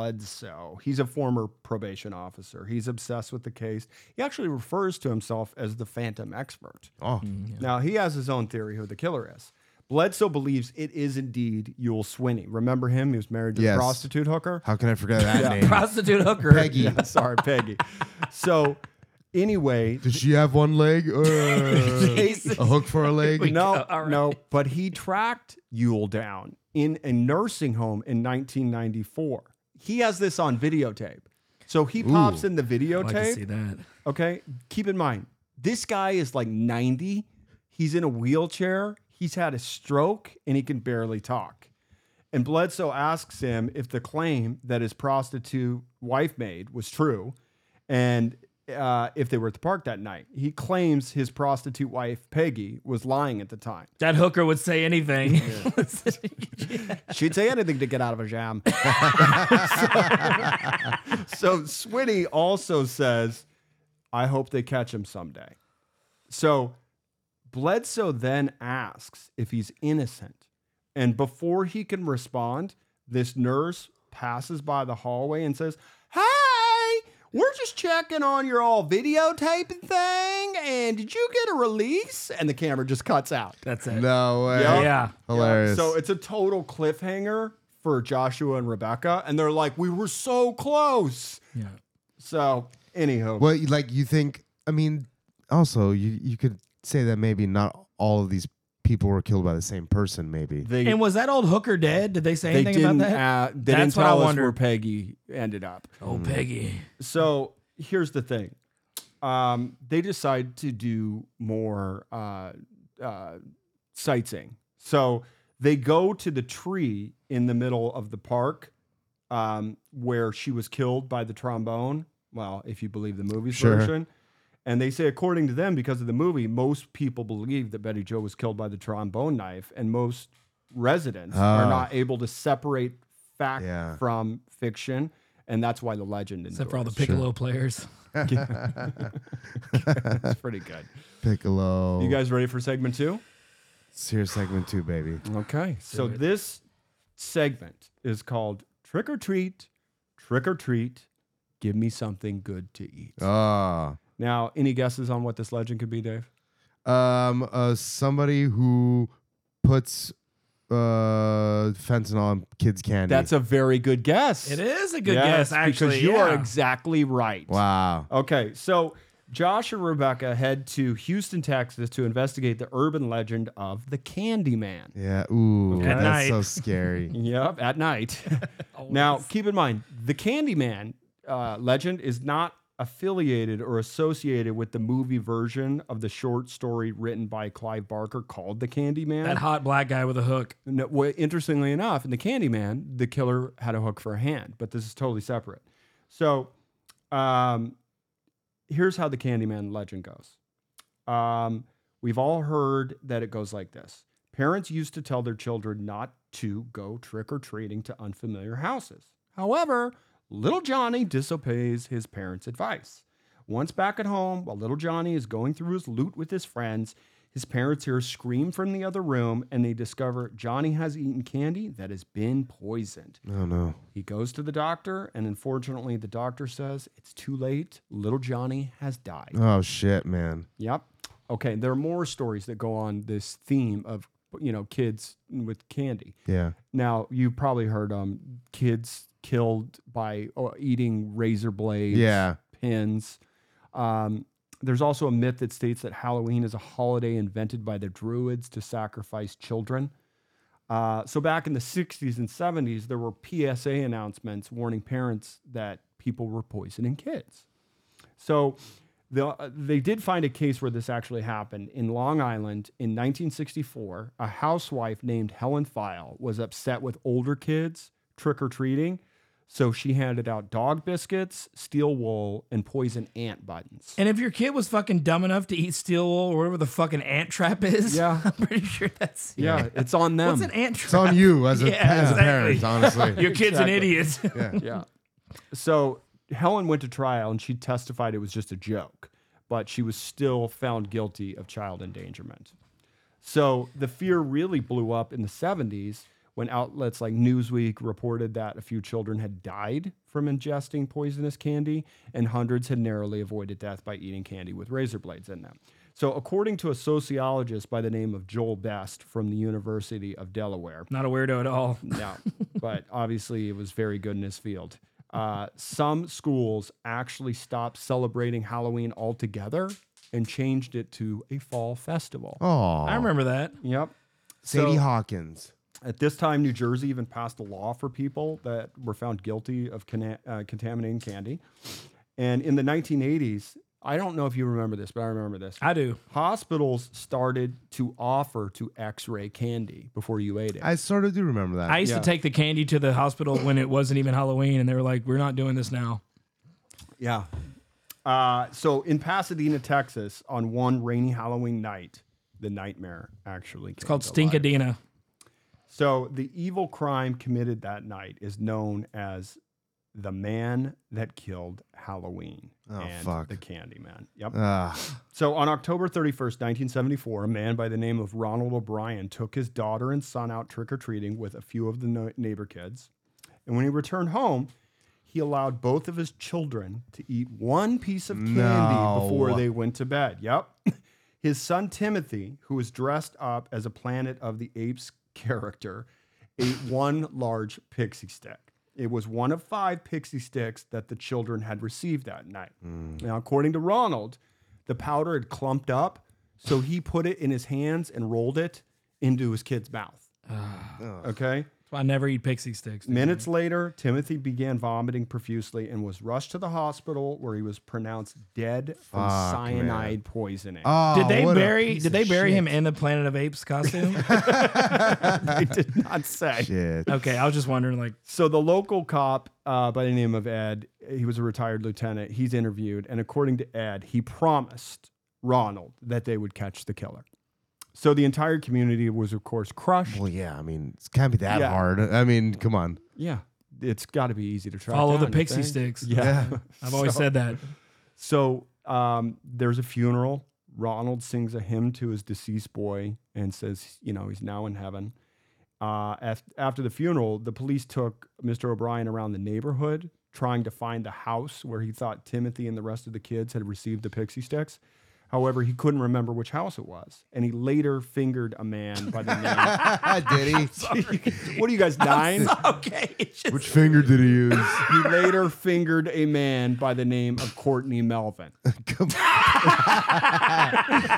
S2: Bloodsoe. He's a former probation officer. He's obsessed with the case. He actually refers to himself as the phantom expert.
S4: oh,
S2: Now, he has his own theory who the killer is. Bledsoe believes it is indeed Yul Swinney. Remember him? He was married to
S4: Yes.
S2: a prostitute hooker.
S4: how can I forget that name?
S3: Prostitute hooker.
S4: Peggy.
S2: Yeah, sorry, Peggy. So anyway,
S4: Did she have one leg? Uh, a hook for a leg?
S2: no,
S3: Oh, all right.
S2: no, but he tracked Yule down in a nursing home in 1994. He has this on videotape. So he pops in the
S3: I can see
S2: videotape.
S3: that.
S2: Okay. Keep in mind, this guy is like 90. He's in a wheelchair. He's had a stroke and he can barely talk. And Bledsoe asks him if the claim that his prostitute wife made was true and uh, if they were at the park that night. He claims his prostitute wife, Peggy, was lying at the time.
S3: That hooker would say anything.
S2: She'd say anything to get out of a jam. so, so Swinney also says, I hope they catch him someday. So Bledsoe then asks if he's innocent. And before he can respond, this nurse passes by the hallway and says, Hey, we're just checking on your all videotaping thing. And did you get a release? And the camera just cuts out.
S3: That's it.
S4: No way.
S2: Yeah.
S3: Yeah.
S4: Hilarious.
S2: So it's a total cliffhanger for Joshua and Rebecca, and they're like, "We were so close."
S3: Yeah.
S2: So, anywho,
S4: Well, you- like you think? I mean, also you you could say that maybe not all of these people were killed by the same person. Maybe
S2: they
S3: And was that old hooker dead? Did they say
S2: they
S3: anything
S2: didn't
S3: about that?
S2: uh, they didn't
S3: That's what I
S2: tell us
S3: wondered.
S2: where Peggy ended up.
S3: oh, Peggy.
S2: So here's the thing: um, they decide to do more uh, uh, sightseeing. So they go to the tree in the middle of the park um, where she was killed by the trombone. Well, if you believe the movie's
S4: Sure.
S2: version. And they say, according to them, because of the movie, most people believe that Betty Joe was killed by the trombone knife, and most residents are
S4: Ah.
S2: not able to separate fact
S4: Yeah.
S2: from fiction, and that's why the legend.
S3: Except for all the
S2: endures.
S3: piccolo players.
S2: It's pretty good.
S4: Piccolo.
S2: You guys ready for segment two?
S4: Serious segment two, baby.
S2: Okay. So
S3: it.
S2: this segment is called Trick or Treat, Trick or Treat, Give Me Something Good to Eat.
S4: Ah.
S2: Now, any guesses on what this legend could be, Dave?
S4: Um, uh, somebody who puts uh fentanyl in kids' candy.
S2: That's a very good guess.
S3: It is a good
S2: Yes,
S3: guess, actually.
S2: Because you are
S3: yeah.
S2: exactly right.
S4: wow.
S2: Okay, so Josh and Rebecca head to Houston, Texas to investigate the urban legend of the Candyman.
S4: Yeah. Ooh,
S2: Okay.
S4: that's
S3: At
S4: so
S3: night.
S4: scary.
S2: Yep, at night. now, keep in mind, the Candyman uh, legend is not affiliated or associated with the movie version of the short story written by Clive Barker called The Candyman.
S3: that hot black guy with a hook.
S2: No, well, interestingly enough, in the Candyman, the killer had a hook for a hand, but this is totally separate. So, um, here's how the Candyman legend goes. Um, we've all heard that it goes like this: Parents used to tell their children not to go trick or treating to unfamiliar houses. However, little Johnny disobeys his parents' advice. Once back at home, while little Johnny is going through his loot with his friends, his parents hear a scream from the other room and they discover Johnny has eaten candy that has been poisoned.
S4: Oh no.
S2: He goes to the doctor, and unfortunately, the doctor says it's too late. Little Johnny has died.
S4: Oh shit, man.
S2: Yep. Okay, there are more stories that go on this theme of, you know, kids with candy.
S4: Yeah.
S2: Now, you probably heard um kids killed by uh, eating razor blades
S4: Yeah.
S2: pins. Um, there's also a myth that states that Halloween is a holiday invented by the Druids to sacrifice children. Uh, so back in the 60s and 70s, there were PSA announcements warning parents that people were poisoning kids. So the, uh, they did find a case where this actually happened in Long Island in 1964. A housewife named Helen File was upset with older kids trick or treating, so she handed out dog biscuits, steel wool, and poison ant buttons.
S3: And if your kid was fucking dumb enough to eat steel wool or whatever the fucking ant trap is,
S2: Yeah.
S3: I'm pretty sure that's
S2: yeah, it's on them.
S3: What's an ant
S4: It's
S3: trap?
S4: on you as a,
S3: Yeah,
S4: as a parent,
S3: exactly.
S4: honestly.
S3: Your kid's an idiot.
S2: yeah. So Helen went to trial and she testified it was just a joke, but she was still found guilty of child endangerment. So the fear really blew up in the 70s when outlets like Newsweek reported that a few children had died from ingesting poisonous candy and hundreds had narrowly avoided death by eating candy with razor blades in them. So, according to a sociologist by the name of Joel Best from the University of Delaware,
S3: Not a weirdo at all.
S2: no, but obviously it was very good in his field. Uh, some schools actually stopped celebrating Halloween altogether and changed it to a fall festival.
S4: Oh.
S3: I remember that.
S2: Yep.
S4: Sadie
S2: So-
S4: Hawkins.
S2: At this time, New Jersey even passed a law for people that were found guilty of conna- uh, contaminating candy. And in the 1980s, I don't know if you remember this, but I remember this.
S3: I do.
S2: Hospitals started to offer to x ray candy before you ate it.
S4: I sort of do remember that.
S3: I used
S2: Yeah.
S3: to take the candy to the hospital when it wasn't even Halloween, and they were like, "We're not doing this now."
S2: Yeah. Uh, so in Pasadena, Texas, on one rainy Halloween night, the nightmare actually
S3: It's called Stinkadina.
S2: So the evil crime committed that night is known as the man that killed Halloween
S4: Oh,
S2: and
S4: fuck. Uh.
S2: the Candyman. Yep.
S4: Ugh.
S2: So on October 31st, 1974, a man by the name of Ronald O'Brien took his daughter and son out trick or treating with a few of the no- neighbor kids. And when he returned home, he allowed both of his children to eat one piece of candy
S4: No.
S2: before they went to bed. Yep. His son Timothy, who was dressed up as a Planet of the Apes character, ate one large pixie stick. It was one of five pixie sticks that the children had received that night. Now, according to Ronald, the powder had clumped up, so he put it in his hands and rolled it into his kid's mouth. okay.
S3: I never eat pixie sticks.
S4: Mm-hmm.
S3: dude.
S2: Minutes later, Timothy began vomiting profusely and was rushed to the hospital where he was pronounced dead from
S4: Fuck,
S2: cyanide poisoning.
S4: Oh,
S3: Did they
S4: what a
S3: bury?
S4: piece
S3: Did
S4: of
S3: they bury him
S4: shit.
S3: in the Planet of Apes costume?
S2: I did not say.
S4: Shit.
S3: okay, I was just wondering. Like,
S2: So the local cop uh, by the name of Ed, he was a retired lieutenant. He's interviewed, and according to Ed, he promised Ronald that they would catch the killer. So the entire community was, of course, crushed.
S4: Well, yeah. I mean, it can't be that
S2: Yeah.
S4: hard. I mean, come on.
S2: Yeah, it's got to be easy to track.
S3: Follow
S2: down,
S3: the
S2: you
S3: pixie
S2: think?
S3: sticks.
S2: Yeah.
S3: I've always
S2: So-
S3: said that.
S2: So um, there's a funeral. Ronald sings a hymn to his deceased boy and says, you know, he's now in heaven. Uh, af- after the funeral, the police took Mr. O'Brien around the neighborhood trying to find the house where he thought Timothy and the rest of the kids had received the pixie sticks. However, he couldn't remember which house it was, and he later fingered a man by the name.
S4: did he?
S2: what are you guys 9
S3: okay. It's just,
S4: Which finger did he use?
S2: He later fingered a man by the name of Courtney Melvin.
S4: Come on.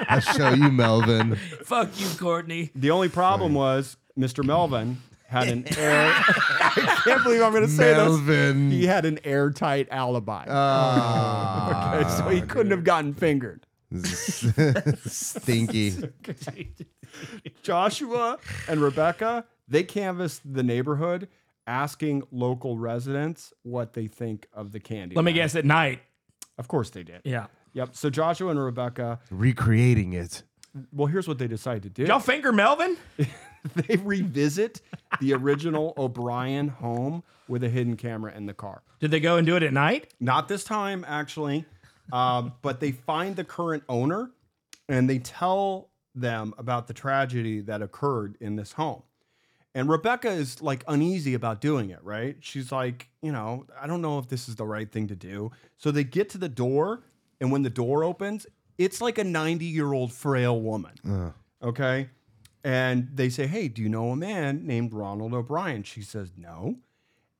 S4: I'll show you, Melvin.
S3: fuck you, Courtney.
S2: The only problem was Mr. Melvin had an air. I can't believe I'm going to say this.
S4: Melvin.
S2: He had an airtight alibi.
S4: Ah.
S2: Okay, so he couldn't have gotten fingered.
S4: Stinky.
S2: Joshua and Rebecca, they canvassed the neighborhood asking local residents what they think of the candy.
S3: Let me
S2: man.
S3: guess. At night.
S2: Of course they did.
S3: Yeah.
S2: Yep. So Joshua and Rebecca,
S4: Recreating it.
S2: well, here's what they decided to do.
S3: Y'all finger Melvin?
S2: They revisit the original O'Brien home with a hidden camera in the car.
S3: Did they go and do it at night?
S2: Not this time, actually. Um, but they find the current owner and they tell them about the tragedy that occurred in this home. And Rebecca is like uneasy about doing it, right? She's like, you know, I don't know if this is the right thing to do. So they get to the door, and when the door opens, it's like a 90 year old frail woman. Okay. And they say, hey, do you know a man named Ronald O'Brien? She says, no.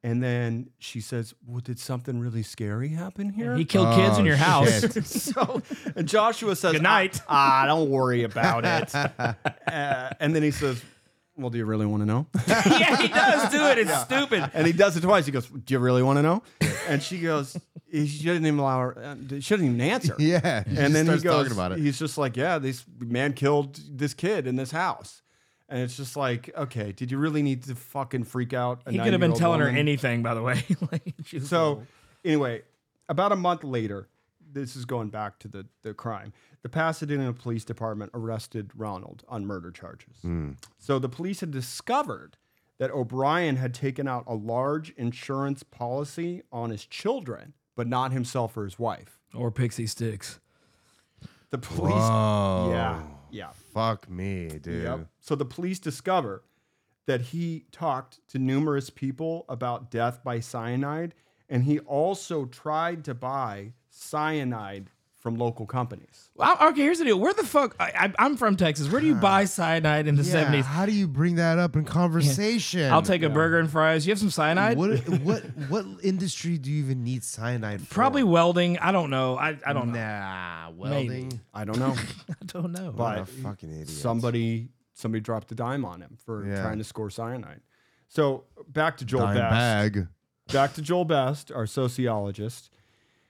S2: And then she says, well, did something really scary happen here?
S3: He killed kids in
S4: Oh,
S3: your house.
S4: shit.
S2: so and Joshua says,
S3: Good night.
S2: Ah, ah, don't worry about it. Uh, and then he says, Well, do you really want to know?
S3: yeah, he does do it. It's stupid.
S2: And he does it twice. He goes, Do you really want to know? And she goes, He shouldn't even allow her. uh, She shouldn't even answer.
S4: Yeah. He
S2: And
S4: just
S2: then he
S4: starts
S2: goes,
S4: talking about it.
S2: He's just like, Yeah, this man killed this kid in this house. And it's just like, okay, did you really need to fucking freak out? a
S3: He could have been
S2: 90-year-old
S3: telling her
S2: woman?
S3: anything, by the way. like, she was
S2: So anyway, about a month later, this is going back to the, the crime. The Pasadena Police Department arrested Ronald on murder charges. So the police had discovered that O'Brien had taken out a large insurance policy on his children, but not himself or his wife.
S3: or pixie sticks.
S2: The police,
S4: oh.
S2: yeah, yeah,
S4: Fuck me, dude.
S2: Yep. So the police discover that he talked to numerous people about death by cyanide, and he also tried to buy cyanide from local companies.
S3: Well, okay, here's the deal. Where the fuck? I, I, I'm from Texas. Where do you buy cyanide in the
S4: Yeah,
S3: 70s?
S4: How do you bring that up in conversation?
S3: I'll take a burger and fries. You have some cyanide?
S4: What what what industry do you even need cyanide for?
S3: Probably welding. I don't know. I, I don't know.
S4: Nah, welding.
S2: I don't know,
S3: I don't know.
S4: What a
S2: but
S4: fucking idiot.
S2: somebody somebody dropped a dime on him for
S4: Yeah.
S2: trying to score cyanide. So back to Joel
S4: Dime
S2: Best.
S4: bag.
S2: Back to Joel Best, our sociologist.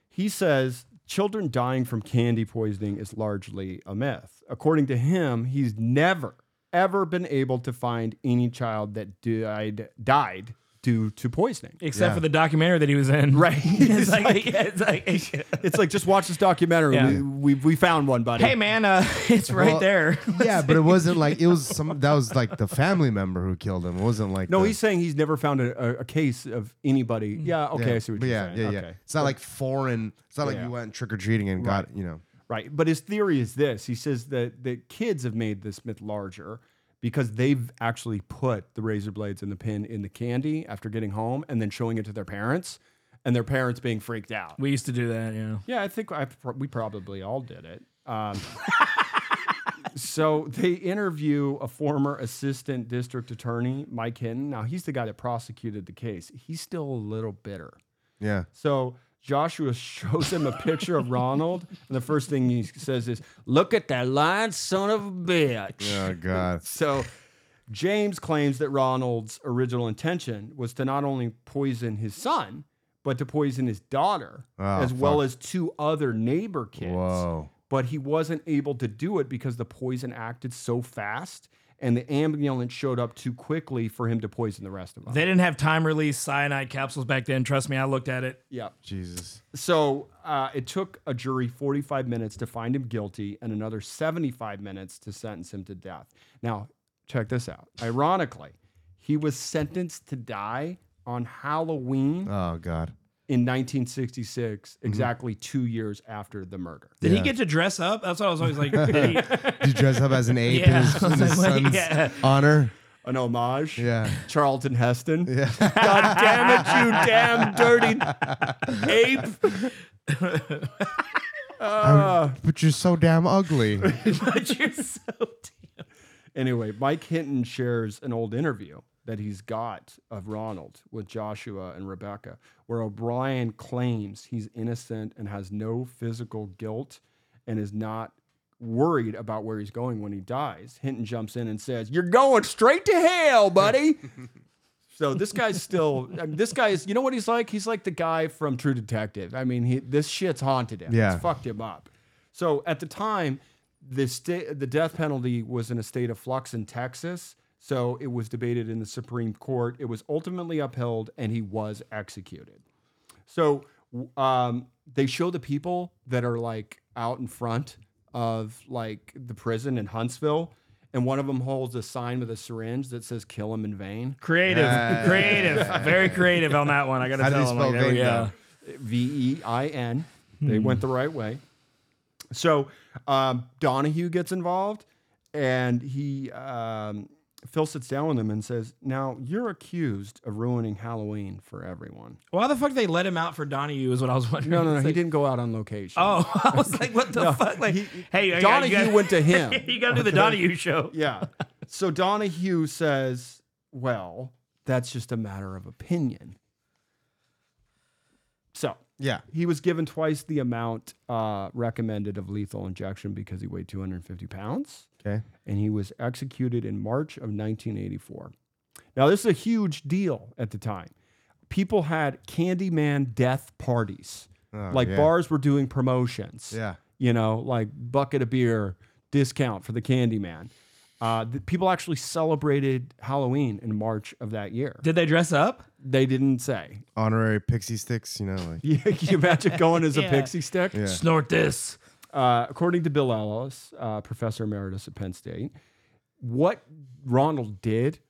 S2: He says children dying from candy poisoning is largely a myth. According to him, he's never ever been able to find any child that died died due to poisoning.
S3: Except for the documentary that he was in.
S2: Right.
S3: it's like, yeah, it's like
S2: It's like just watch this documentary.
S3: Yeah.
S2: We, we we found one, buddy.
S3: hey, man, uh, it's right
S4: Well,
S3: there.
S4: Yeah, but it wasn't like it was some. That was like the family member who killed him. It wasn't like
S2: No,
S4: the-
S2: he's saying he's never found a, a, a case of anybody.
S3: Mm.
S2: Yeah, okay,
S4: Yeah,
S2: I see what
S4: but
S2: you're
S4: yeah,
S2: saying.
S4: yeah, yeah.
S2: Okay.
S4: It's not like foreign. It's not like
S2: Yeah.
S4: you went trick or treating and got you know.
S2: Right. But his theory is this he says that the kids have made this myth larger because they've actually put the razor blades and the pin in the candy after getting home and then showing it to their parents and their parents being freaked out.
S3: we used to do that, you know.
S2: Yeah, I think I, pro- we probably all did it. Um, so they interview a former assistant district attorney, Mike Hinton. Now, he's the guy that prosecuted the case. He's still a little bitter.
S4: Yeah.
S2: So Joshua shows him a picture of Ronald, and the first thing he says is, "Look at that lying son of a bitch."
S4: Oh God.
S2: So James claims that Ronald's original intention was to not only poison his son, but to poison his daughter
S4: Oh,
S2: as well as two other neighbor kids.
S4: Whoa.
S2: But he wasn't able to do it because the poison acted so fast and the ambulance showed up too quickly for him to poison the rest of them.
S3: They didn't have time release cyanide capsules back then. Trust me, I looked at it.
S2: yeah.
S4: Jesus.
S2: So uh, it took a jury 45 minutes to find him guilty and another 75 minutes to sentence him to death. Now, check this out. Ironically, he was sentenced to die on Halloween
S4: Oh God.
S2: in 1966,
S4: Mm-hmm.
S2: exactly two years after the murder.
S3: Did he get to dress up? That's what I was always like. did he-
S4: Did you dress up as an ape
S3: Yeah,
S4: in his,
S3: I
S4: in
S3: was
S4: his
S3: like, wait,
S4: son's
S3: yeah.
S4: honor?
S2: an homage.
S4: Yeah.
S2: Charlton Heston.
S4: Yeah.
S2: God damn it, you damn dirty ape. Uh,
S4: But you're so damn ugly.
S3: but you're so damn.
S2: anyway, Mike Hinton shares an old interview that he's got of Ronald with Joshua and Rebecca, where O'Brien claims he's innocent and has no physical guilt and is not worried about where he's going when he dies. Hinton jumps in and says, You're going straight to hell, buddy. So this guy's still, I mean, this guy is, you know what he's like? He's like the guy from True Detective. I mean, he, this shit's haunted him.
S4: Yeah.
S2: It's fucked him up. So at the time, the state, the death penalty was in a state of flux in Texas. So it was debated in the Supreme Court. It was ultimately upheld, and he was executed. So w- um, they show the people that are like out in front of like the prison in Huntsville, and one of them holds a sign with a syringe that says "Kill him in vain."
S3: Creative,
S4: Yeah.
S3: creative, very creative on that one. I gotta
S4: How do
S3: tell
S4: you
S3: him.
S4: spell
S3: Like, there we
S4: vein,
S3: go.
S4: though?
S2: V E I N. They went the right way. So um, Donahue gets involved, and he um, Phil sits down with him and says, "Now you're accused of ruining Halloween for everyone."
S3: Why the fuck they let him out for Donahue is what I was wondering.
S2: No, no, no.
S3: It's
S2: He
S3: like-
S2: didn't go out on location.
S3: Oh, I was like, what the fuck? Like, hey, you gotta-
S2: Donahue
S3: you gotta-
S2: went to him.
S3: you gotta do the Donahue show.
S2: yeah. So Donahue says, "Well, that's just a matter of opinion." So
S4: Yeah.
S2: he was given twice the amount uh, recommended of lethal injection because he weighed 250 pounds
S4: Okay.
S2: and he was executed in March of 1984. Now, this is a huge deal at the time. People had Candyman death parties,
S4: Oh,
S2: like
S4: yeah.
S2: bars were doing promotions,
S4: Yeah.
S2: you know, like bucket of beer discount for the Candyman. Uh, the, people actually celebrated Halloween in March of that year.
S3: Did they dress up?
S2: They didn't say.
S4: Honorary pixie sticks, you know, like
S2: Yeah, Can you imagine going as a
S3: Yeah.
S2: pixie stick?
S4: yeah.
S3: Snort this.
S2: Uh, according to Bill Ellis, uh, professor emeritus at Penn State, what Ronald did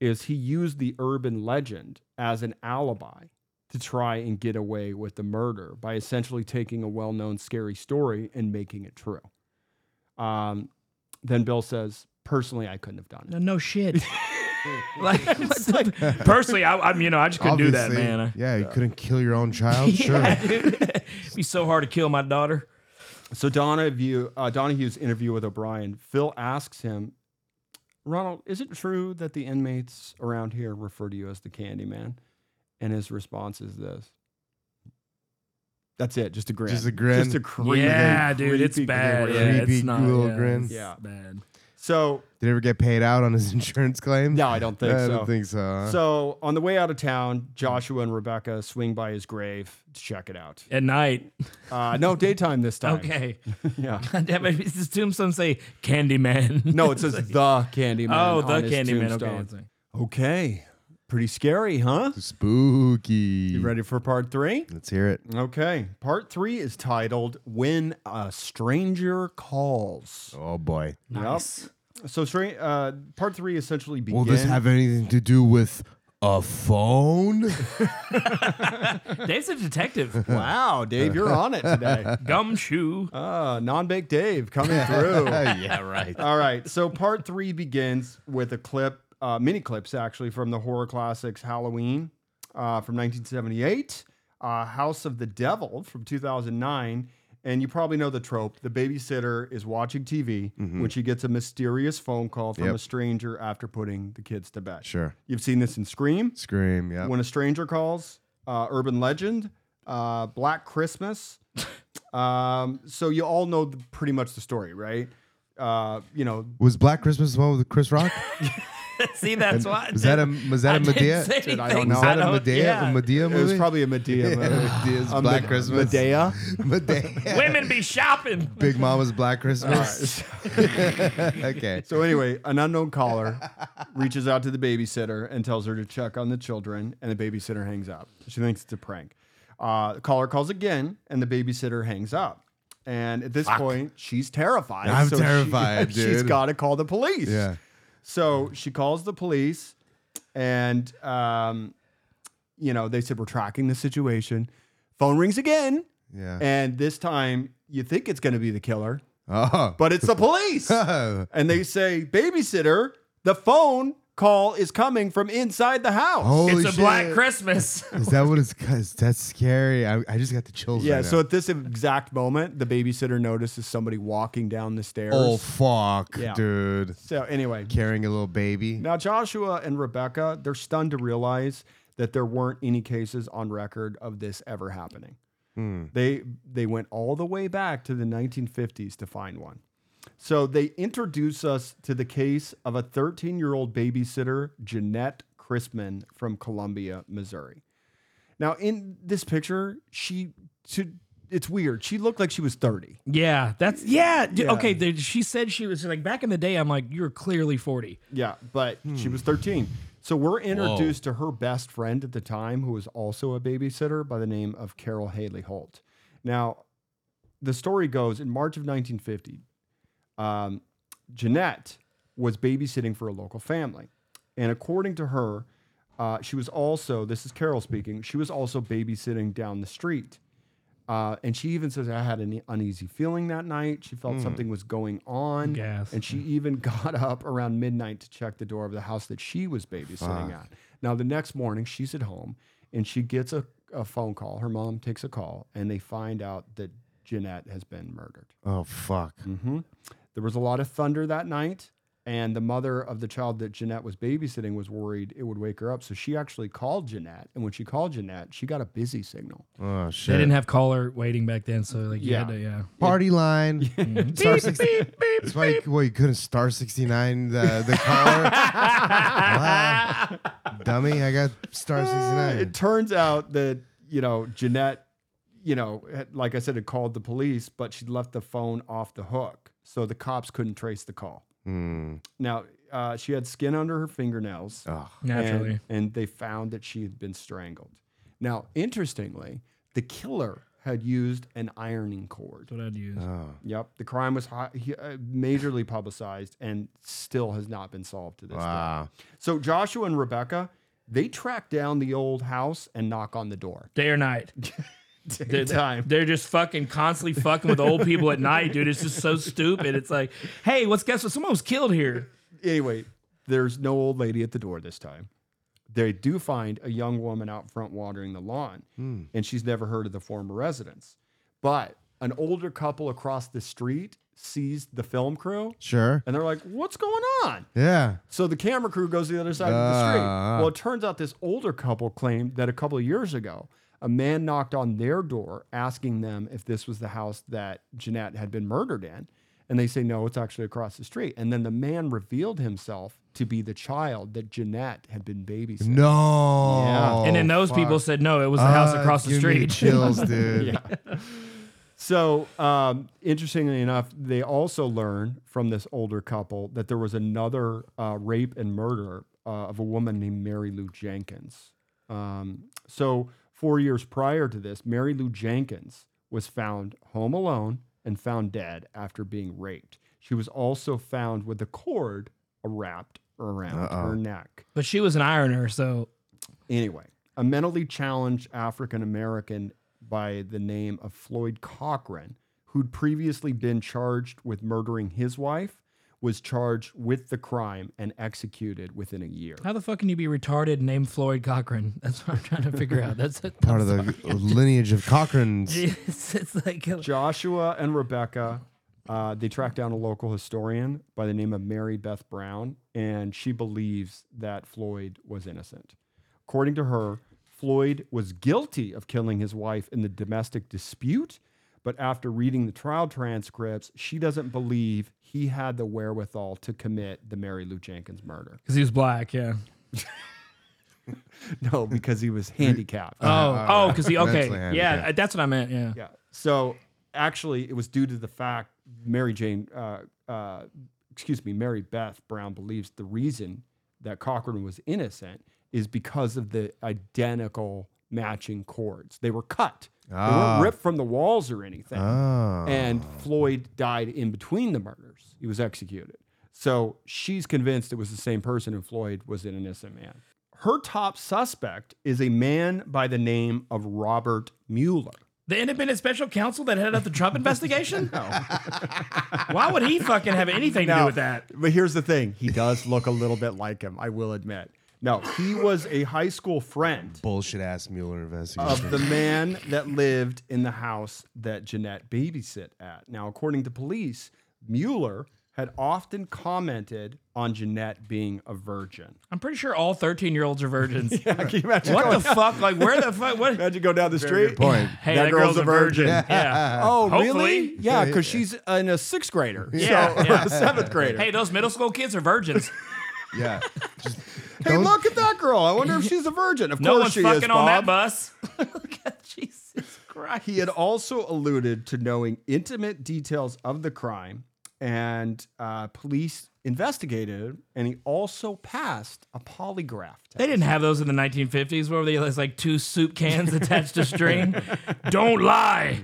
S2: is he used the urban legend as an alibi to try and get away with the murder by essentially taking a well known scary story and making it true. Um, then Bill says, Personally, I couldn't have done it.
S3: No, no shit. like, what the- personally, I, I'm, you know, I just couldn't do that,
S4: Obviously,
S3: man.
S4: Yeah, you couldn't kill your own child.
S3: Yeah,
S4: Oh, Sure.
S3: dude. It'd be so hard to kill my daughter.
S2: So Donahue, uh, Donahue's interview with O'Brien, Phil asks him, Ronald, is it true that the inmates around here refer to you as the Candyman? And his response is this. That's it. Just a grin.
S4: Just a grin.
S2: Just a creepy.
S3: Yeah, dude, it's
S2: creepy
S3: bad.
S2: grin.
S3: Yeah, it's
S4: Creepy
S3: not,
S4: little
S3: yeah,
S4: grin.
S3: it's
S2: Yeah.
S3: bad.
S2: So
S4: Did he ever get paid out on his insurance claim?
S2: no, I don't think
S4: I
S2: so.
S4: don't think uh, so. huh?
S2: so on the way out of town, Joshua and Rebecca swing by his grave to check it out.
S3: At night,
S2: Uh, no daytime this time.
S3: okay.
S2: Yeah.
S3: God damn it! Does tombstone say Candyman?
S2: No, it says the Candyman.
S3: oh, the
S2: on his
S3: Candyman. Okay.
S2: tombstone.
S3: it's like-
S2: Okay. Pretty scary, huh?
S4: Spooky.
S2: You ready for part three?
S4: Let's hear it.
S2: Okay. Part three is titled When a Stranger Calls.
S4: Oh boy.
S2: Yep.
S3: Nice.
S2: So, stra- uh, part three essentially
S4: Will
S2: begins.
S4: this have anything to do with a phone?
S3: Dave's a detective.
S2: wow, Dave, you're on it today.
S3: Gumshoe.
S4: Oh.
S2: Ah, non baked Dave coming through.
S4: yeah, right.
S2: All right. So part three begins with a clip, uh, mini clips actually, from the horror classics Halloween uh, from 1978, uh, House of the Devil from 2009. And you probably know the trope. The babysitter is watching TV when she gets a mysterious phone call from
S4: Mm-hmm. Yep.
S2: a stranger after putting the kids to bed.
S4: Sure.
S2: You've seen this in Scream.
S4: Scream. Yeah.
S2: When a stranger calls, uh, Urban Legend, uh, Black Christmas. um, so you all know the, pretty much the story, right? Uh, you know,
S4: Was Black Christmas the one with Chris Rock?
S3: See, that's why.
S4: Was that a was that a Medea?
S3: I didn't say
S2: I don't
S3: anything,
S2: know.
S3: so
S4: Was that a
S3: don't-
S4: Medea?
S3: yeah.
S4: A Medea
S2: it
S4: movie?
S2: was probably uh, a Medea. movie.
S4: Yeah, Medea's
S2: A
S4: Black
S2: Med-
S4: Christmas.
S2: Medea.
S4: Medea.
S3: Women be shopping.
S4: Big Mama's Black Christmas. okay.
S2: So anyway, an unknown caller reaches out to the babysitter and tells her to check on the children, and the babysitter hangs up. She thinks it's a prank. Uh, the caller calls again, and the babysitter hangs up. And at this point, she's terrified.
S4: I'm
S2: she-
S4: terrified,
S2: She's
S4: dude.
S2: got to call the police.
S4: Yeah.
S2: So she calls the police, and um, you know they said we're tracking the situation. Phone rings again,
S4: Yeah.
S2: and this time you think it's going to be the killer,
S4: Oh.
S2: but it's the police.
S4: But
S2: and they say, "Babysitter, the phone call is coming from inside the house.
S4: Holy
S3: it's a
S4: shit.
S3: Black Christmas.
S4: Is that what it's? Cause that's scary. I, I just got the chills.
S2: yeah,
S4: right
S2: so
S4: now.
S2: at this exact moment, the babysitter notices somebody walking down the stairs.
S4: oh fuck,
S2: Yeah.
S4: dude,
S2: so anyway,
S4: carrying a little baby.
S2: now Joshua and Rebecca, they're stunned to realize that there weren't any cases on record of this ever happening. They they went all the way back to the 1950s to find one. So they introduce us to the case of a 13-year-old babysitter, Jeanette Crispin from Columbia, Missouri. Now in this picture, she to it's weird. She looked like she was 30.
S3: yeah, that's yeah. d-
S2: Yeah.
S3: Okay, dude, she said she was like back in the day. I'm like, you're clearly 40.
S2: Yeah, but she was 13. So we're introduced to her best friend at the time, who was also a babysitter by the name of Carol Haley Holt. Now, the story goes in March of 1950, um, Jeanette was babysitting for a local family. And according to her, uh, she was also, this is Carol speaking, she was also babysitting down the street. Uh, and she even says, I had an uneasy feeling that night. She felt something was going on.
S3: Yes.
S2: And she even got up around midnight to check the door of the house that she was babysitting at. Now, the next morning, she's at home and she gets a, a phone call. Her mom takes a call and they find out that Jeanette has been murdered.
S4: Oh fuck.
S3: Mm.
S2: There was a lot of thunder that night, and the mother of the child that Jeanette was babysitting was worried it would wake her up. So she actually called Jeanette, and when she called Jeanette, she got a busy signal.
S4: Oh
S3: They
S4: shit.
S3: didn't have caller waiting back then, so like, you
S2: Yeah.
S3: had to, yeah.
S4: Party line. Mm-hmm. Star six. That's why you, well, you couldn't star sixty nine the the caller. Wow. Dummy, I got
S3: Uh,
S4: star sixty nine.
S2: It turns out that you know Jeanette, you know, had- like I said, had called the police, but she left the phone off the hook, so the cops couldn't trace the call. Now uh, she had skin under her fingernails.
S3: Naturally.
S2: And, and they found that she had been strangled. Now, interestingly, the killer had used an ironing cord.
S3: That's what I'd use.
S2: Yep. The crime was hi- he- uh, majorly publicized and still has not been solved to this day.
S4: Wow.
S2: So Joshua and Rebecca, they track down the old house and knock on the door.
S3: Day or night. They're,
S2: Time.
S3: they're just fucking constantly fucking with old people at night, dude. It's just so stupid. It's like, hey, let's guess what? Someone was killed here.
S2: Anyway, there's no old lady at the door this time. They do find a young woman out front watering the lawn, and she's never heard of the former residents. But an older couple across the street sees the film crew,
S4: Sure.
S2: and they're like, "What's going on?"
S4: Yeah.
S2: So the camera crew goes to the other side of the
S4: Ah.
S2: street. Well, it turns out this older couple claimed that a couple of years ago, a man knocked on their door asking them if this was the house that Jeanette had been murdered in. And they say, no, it's actually across the street. And then the man revealed himself to be the child that Jeanette had been babysitting.
S4: No.
S2: Yeah.
S3: and then those people said, no, it was the house
S4: Ah,
S3: across the
S4: give me
S3: street.
S4: chills, dude.
S2: So, um, interestingly enough, they also learn from this older couple that there was another uh, rape and murder uh, of a woman named Mary Lou Jenkins. Um, so, four years prior to this, Mary Lou Jenkins was found home alone and found dead after being raped. She was also found with a cord wrapped around her neck.
S3: But she was an ironer, so
S2: Anyway, a mentally challenged African American by the name of Floyd Cochran, who'd previously been charged with murdering his wife, was charged with the crime and executed within a year.
S3: how the fuck can you be retarded and name Floyd Cochran? That's what I'm trying to figure out. That's it.
S4: Part of the lineage of Cochran's.
S3: It's, it's like
S2: Joshua and Rebecca, uh, they tracked down a local historian by the name of Mary Beth Brown, and she believes that Floyd was innocent. According to her, Floyd was guilty of killing his wife in the domestic dispute, but after reading the trial transcripts, she doesn't believe he had the wherewithal to commit the Mary Lou Jenkins murder.
S3: because he was black, yeah.
S2: No, because he was handicapped.
S3: Oh, oh, because he okay,
S4: Mentally
S3: yeah,
S4: handicapped.
S3: uh, that's what I meant, yeah.
S2: Yeah. So actually, it was due to the fact Mary Jane, uh, uh, excuse me, Mary Beth Brown believes the reason that Cochran was innocent is because of the identical matching cords. They were cut. They
S4: Ah.
S2: weren't ripped from the walls or anything.
S4: Oh.
S2: And Floyd died in between the murders. He was executed. So she's convinced it was the same person and Floyd was an innocent man. Her top suspect is a man by the name of Robert Mueller.
S3: The independent special counsel that headed up the Trump investigation? no. Why would he fucking have anything to do
S2: Now,
S3: with that?
S2: But here's the thing: he does look a little bit like him. I will admit. No, he was a high school friend
S4: Bullshit ass Mueller
S2: of
S4: investigation.
S2: the man that lived in the house that Jeanette babysit at. Now, according to police, Mueller had often commented on Jeanette being a virgin.
S3: I'm pretty sure all 13 year olds are virgins.
S2: Can you imagine?
S3: What
S2: going,
S3: the fuck? Like, where the fuck? What?
S2: imagine go down the street.
S4: Point.
S3: Hey,
S2: That
S3: that,
S2: girl's
S3: girl's,
S2: a
S3: a virgin.
S2: virgin.
S3: Yeah.
S2: Oh, really?
S3: Uh, Hopefully.
S2: Yeah, because she's in a sixth grader.
S3: Yeah,
S2: so,
S3: yeah.
S2: a seventh grader.
S3: Hey,
S2: Hey,
S3: those middle school kids are virgins. Oh.
S4: yeah. Just don't-
S2: look at that girl. I wonder if she's a virgin. Of
S3: No
S2: course
S3: one's
S2: she is,
S3: fucking on that
S2: Bob.
S3: bus. God, Jesus Christ.
S2: He had also alluded to knowing intimate details of the crime, and uh, police investigated, and he also passed a polygraph test.
S3: They didn't have those in the 1950s. Where were they? It's like two soup cans attached to string. Don't lie.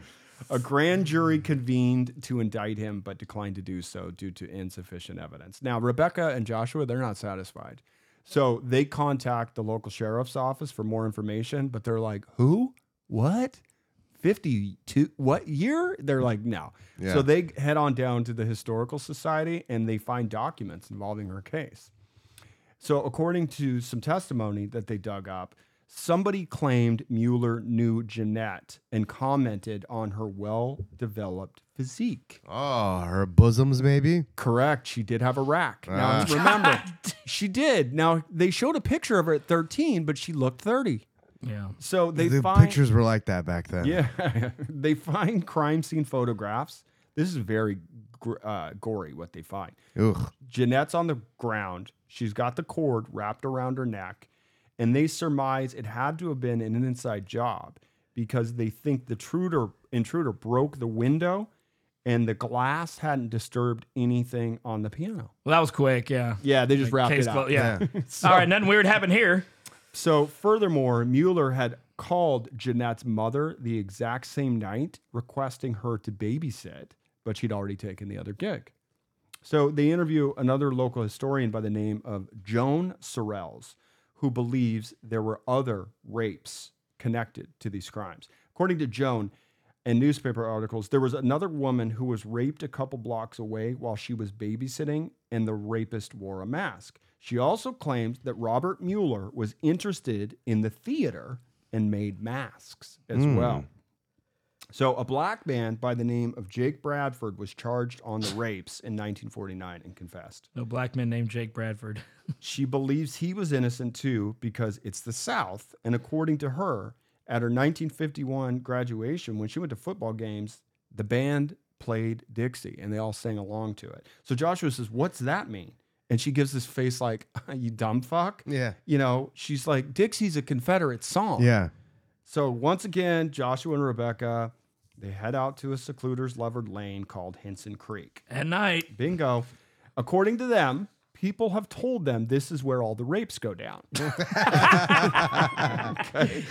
S2: A grand jury convened to indict him, but declined to do so due to insufficient evidence. Now, Rebecca and Joshua, they're not satisfied. So they contact the local sheriff's office for more information, but they're like, who? What? 52 what year they're like no
S4: Yeah.
S2: so they head on down to the historical society and they find documents involving her case so according to some testimony that they dug up somebody claimed mueller knew jeanette and commented on her well-developed physique
S4: Oh, her bosoms, maybe?
S2: correct she did have a rack
S4: Ah.
S2: now remember she did now they showed a picture of her at 13 but she looked 30
S3: Yeah.
S2: so they
S4: the
S2: find
S4: pictures were like that back then.
S2: yeah, they find crime scene photographs. This is very gr- uh, gory what they find.
S4: Ugh.
S2: Jeanette's on the ground. She's got the cord wrapped around her neck, and they surmise it had to have been an inside job because they think the intruder intruder broke the window, and the glass hadn't disturbed anything on the piano.
S3: Well, that was quick. Yeah.
S2: Yeah, they just wrapped
S3: Case
S2: it up.
S3: closed. Yeah.
S4: Yeah.
S3: All right. Nothing weird happened here.
S2: So, furthermore, Mueller had called Jeanette's mother the exact same night, requesting her to babysit, but she'd already taken the other gig. So, they interview another local historian by the name of Joan Sorrells, who believes there were other rapes connected to these crimes. According to Joan and newspaper articles, there was another woman who was raped a couple blocks away while she was babysitting, and the rapist wore a mask. She also claimed that Robert Mueller was interested in the theater and made masks as well. So, a black man by the name of Jake Bradford was charged on the rapes in 1949 and confessed.
S3: No black man named Jake Bradford.
S2: She believes he was innocent too because it's the South. And according to her, at her 1951 graduation, when she went to football games, the band played Dixie and they all sang along to it. So Joshua says, What's that mean? And she gives this face like, You dumb fuck.
S4: Yeah.
S2: You know, she's like, Dixie's a Confederate song.
S4: Yeah.
S2: So once again, Joshua and Rebecca, they head out to a secluder's levered lane called Henson Creek.
S3: At night.
S2: Bingo. According to them, people have told them this is where all the rapes go down.
S3: Y'all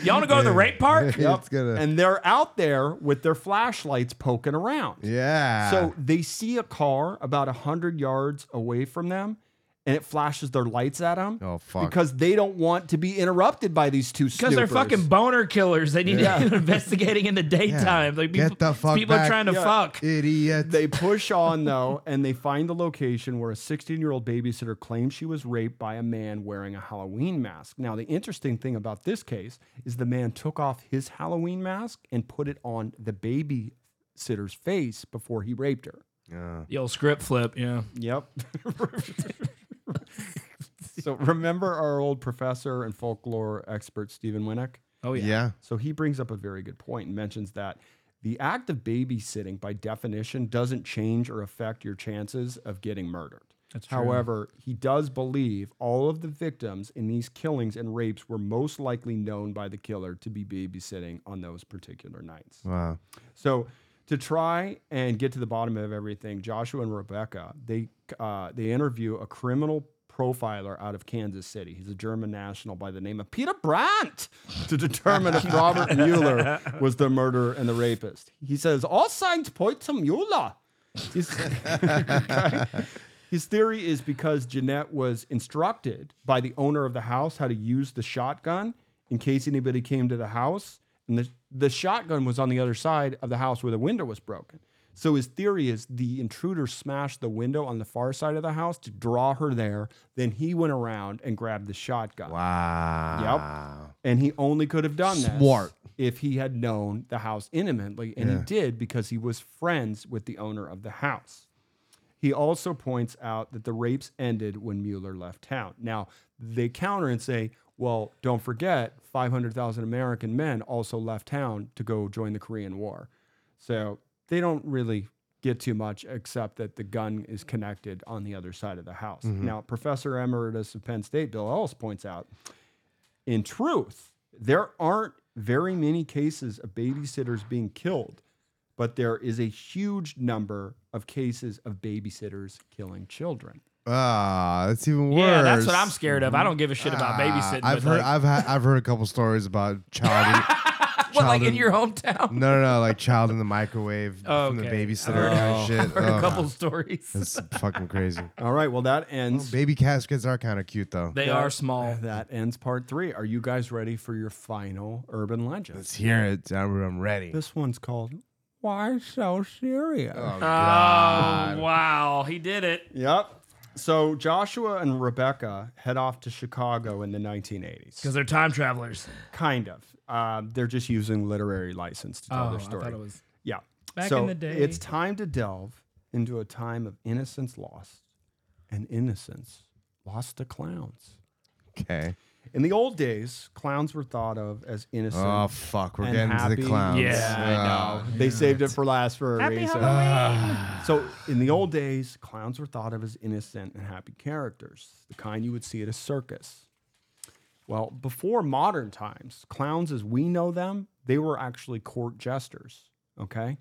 S3: want to go to the rape park?
S4: It's gonna-
S2: And they're out there with their flashlights poking around.
S4: yeah.
S2: So they see a car about 100 yards away from them and it flashes their lights at them
S4: Oh, fuck.
S2: because they don't want to be interrupted by these two
S3: Because they're fucking boner killers. They need to be investigating in the daytime. Like
S4: Get
S3: people,
S4: the fuck
S3: people
S4: back.
S3: are trying to
S2: Yeah.
S3: fuck.
S4: idiot.
S2: They push on though, and they find the location where a 16 year old babysitter claims she was raped by a man wearing a Halloween mask. Now, the interesting thing about this case is the man took off his Halloween mask and put it on the babysitter's face before he raped her.
S3: The old script flip. Yeah.
S2: Yep. so, remember our old professor and folklore expert, Stephen Winnick?
S3: Oh yeah.
S4: yeah.
S2: So he brings up a very good point and mentions that the act of babysitting, by definition, doesn't change or affect your chances of getting murdered.
S3: That's true.
S2: However, he does believe all of the victims in these killings and rapes were most likely known by the killer to be babysitting on those particular nights.
S4: Wow.
S2: So to try and get to the bottom of everything, Joshua and Rebecca they uh, they interview a criminal profiler out of Kansas City. He's a German national by the name of Peter Brandt to determine if Robert Mueller was the murderer and the rapist. He says all signs point to Mueller. He's- His theory is because Jeanette was instructed by the owner of the house how to use the shotgun in case anybody came to the house, And the, the shotgun was on the other side of the house where the window was broken. So his theory is the intruder smashed the window on the far side of the house to draw her there. Then he went around and grabbed the shotgun.
S4: Wow.
S2: And he only could have done that
S4: Smart.
S2: if he had known the house intimately. And he did because he was friends with the owner of the house. He also points out that the rapes ended when Mueller left town. Now, they counter and say, well, don't forget, 500,000 American men also left town to go join the Korean War. So they don't really get too much except that the gun is connected on the other side of the house. Now, Professor Emeritus of Penn State, Bill Ellis, points out in truth, there aren't very many cases of babysitters being killed, but there is a huge number of cases of babysitters killing children.
S4: Ah, that's even worse.
S3: Yeah, that's what I'm scared of. I don't give a shit about
S4: Ah,
S3: babysitting.
S4: I've
S3: but,
S4: heard.
S3: like,
S4: I've had. I've heard a couple stories about child.
S3: what, like
S4: child
S3: in your hometown?
S4: No, no, no. Like child in the microwave
S3: Oh,
S4: from
S3: okay.
S4: the babysitter
S3: I've heard-
S4: kind of shit.
S3: I've heard
S4: Oh,
S3: a couple stories.
S4: That's fucking crazy.
S2: All right, well, that ends.
S4: Baby caskets are kind of cute though.
S3: They
S2: that-
S3: are small.
S2: That ends part three. Are you guys ready for your final urban legend?
S4: Let's hear it. I'm, I'm ready.
S2: This one's called Why So Serious?
S4: Oh,
S3: Oh
S4: God.
S3: wow, he did it.
S2: Yep. So Joshua and Rebecca head off to Chicago in the 1980s.
S3: Because they're time travelers.
S2: Kind of. Um, they're just using literary license to tell
S3: Oh, I
S2: their story.
S3: thought it was.
S2: Yeah.
S3: Back
S2: so
S3: in the day.
S2: It's time to delve into a time of innocence lost and innocence lost to clowns.
S4: Okay.
S2: In the old days, clowns were thought of as innocent.
S4: Oh fuck, we're
S2: and
S4: getting to
S2: happy.
S4: the clowns.
S3: Yeah,
S4: Ah.
S2: I know. They saved it for last for a reason. So, in the old days, clowns were thought of as innocent and happy characters, the kind you would see at a circus. Well, before modern times, clowns as we know them, they were actually court jesters, okay?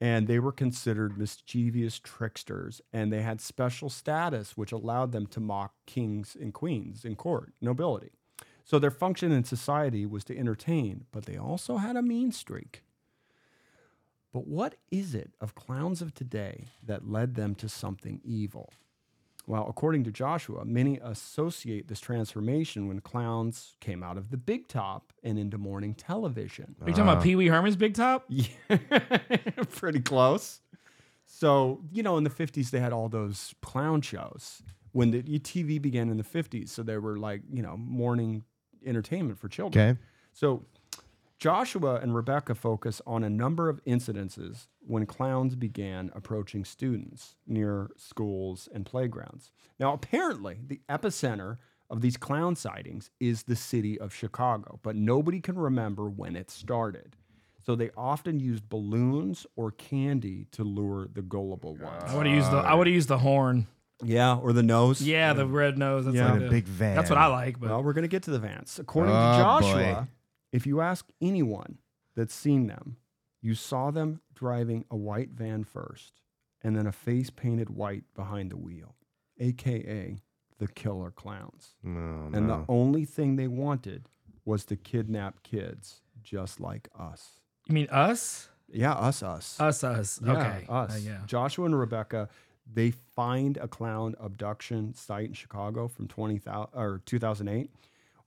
S2: And they were considered mischievous tricksters, and they had special status which allowed them to mock kings and queens in court, nobility. So their function in society was to entertain, but they also had a mean streak. But what is it of clowns of today that led them to something evil? Well, according to Joshua, many associate this transformation when clowns came out of the big top and into morning television.
S3: Are you talking about Pee Wee Herman's Big Top?
S2: Yeah, pretty close. So, you know, in the 50s, they had all those clown shows when the TV began in the 50s. So they were like, you know, morning entertainment for children.
S4: Okay.
S2: So Joshua and Rebecca focus on a number of incidences when clowns began approaching students near schools and playgrounds. Now, apparently, the epicenter of these clown sightings is the city of Chicago, but nobody can remember when it started. So they often used balloons or candy to lure the gullible
S3: I
S2: ones.
S3: would have used the. I would have used the horn.
S2: Yeah, or the nose.
S3: Yeah, the red nose. That's
S2: Yeah.
S3: like
S4: In a
S3: the-
S4: big van.
S3: That's what I like. But
S2: Well, we're going to get to the Vance. According
S4: Oh,
S2: to Joshua,
S4: boy.
S2: if you ask anyone that's seen them, you saw them driving a white van first and then a face painted white behind the wheel, aka the killer clowns.
S4: Oh, no.
S2: And the only thing they wanted was to kidnap kids just like us.
S3: you mean us?
S2: Yeah, us, us.
S3: Us, us.
S2: Yeah,
S3: okay.
S2: us.
S3: Uh, yeah.
S2: Joshua and Rebecca, they find a clown abduction site in Chicago from 20,000 or 2008.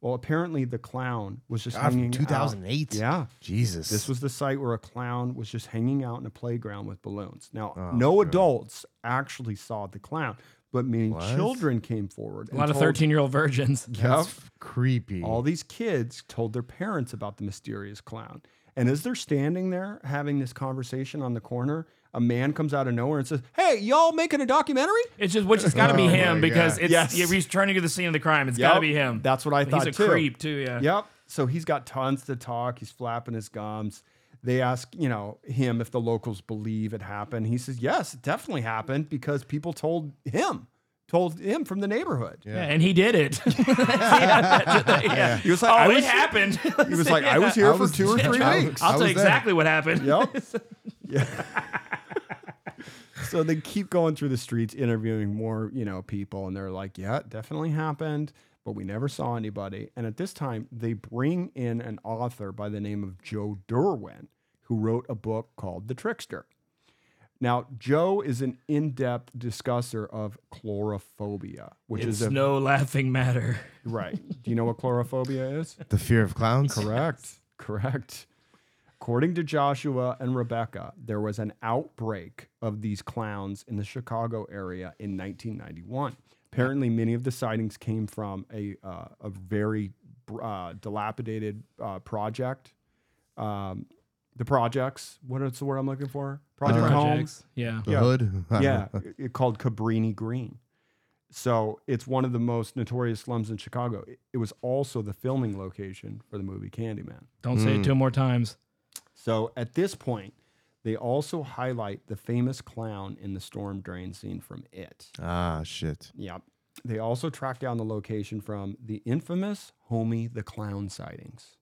S2: Well, apparently the clown was just
S4: God, from
S2: hanging out-
S4: 2008.
S2: Yeah.
S4: Jesus.
S2: This was the site where a clown was just hanging out in a playground with balloons. Now,
S4: Oh,
S2: no
S4: God.
S2: adults actually saw the clown, but many
S4: What?
S2: children came forward.
S3: A lot of thirteen-year-old virgins.
S4: That's f- creepy.
S2: All these kids told their parents about the mysterious clown. And as they're standing there having this conversation on the corner, a man comes out of nowhere and says, Hey, y'all making a documentary?
S3: It's just, which it's got to be
S4: Oh,
S3: him
S4: my
S3: because
S4: God.
S3: it's
S2: Yes.
S3: yeah, he's turning to the scene of the crime. It's got to
S2: Yep,
S3: be him.
S2: That's what I
S3: He's
S2: thought
S3: a
S2: too.
S3: creep too. Yeah.
S2: Yep. So he's got tons to talk. He's flapping his gums. They ask, you know, him if the locals believe it happened. He says, Yes, it definitely happened because people told him, told him from the neighborhood.
S3: Yeah, and he did it. yeah.
S2: He was like,
S3: Oh,
S2: I
S3: it
S2: was-
S3: happened.
S2: He was like, I was here
S4: I
S2: for
S4: was-
S2: two or three
S4: I was-
S2: weeks.
S4: I
S3: I'll tell you
S4: there.
S3: exactly what happened.
S2: Yep. yeah. so they keep going through the streets interviewing more, you know, people and they're like, "Yeah, it definitely happened, but we never saw anybody." And at this time, they bring in an author by the name of Joe Derwin, who wrote a book called The Trickster. Now, Joe is an in-depth discusser of chlorophobia, which is
S3: It's
S2: a
S3: no laughing matter.
S2: right. Do you know what chlorophobia is?
S4: the fear of clowns.
S2: Correct. Correct. According to Joshua and Rebecca, there was an outbreak of these clowns in the Chicago area in 1991. Apparently, many of the sightings came from a, uh, a very uh, dilapidated uh, project. Um, the projects, what is the word I'm looking for? Project home.
S3: Projects. Yeah.
S4: The
S2: Yeah.
S4: hood. I don't
S2: Yeah,
S4: know.
S2: it- it called Cabrini Green. So it's one of the most notorious slums in Chicago. It- It was also the filming location for the movie Candyman.
S3: Don't say it two more times.
S2: So at this point, they also highlight the famous clown in the storm drain scene from It.
S4: Ah, shit.
S2: Yeah. They also track down the location from the infamous Homie the Clown sightings.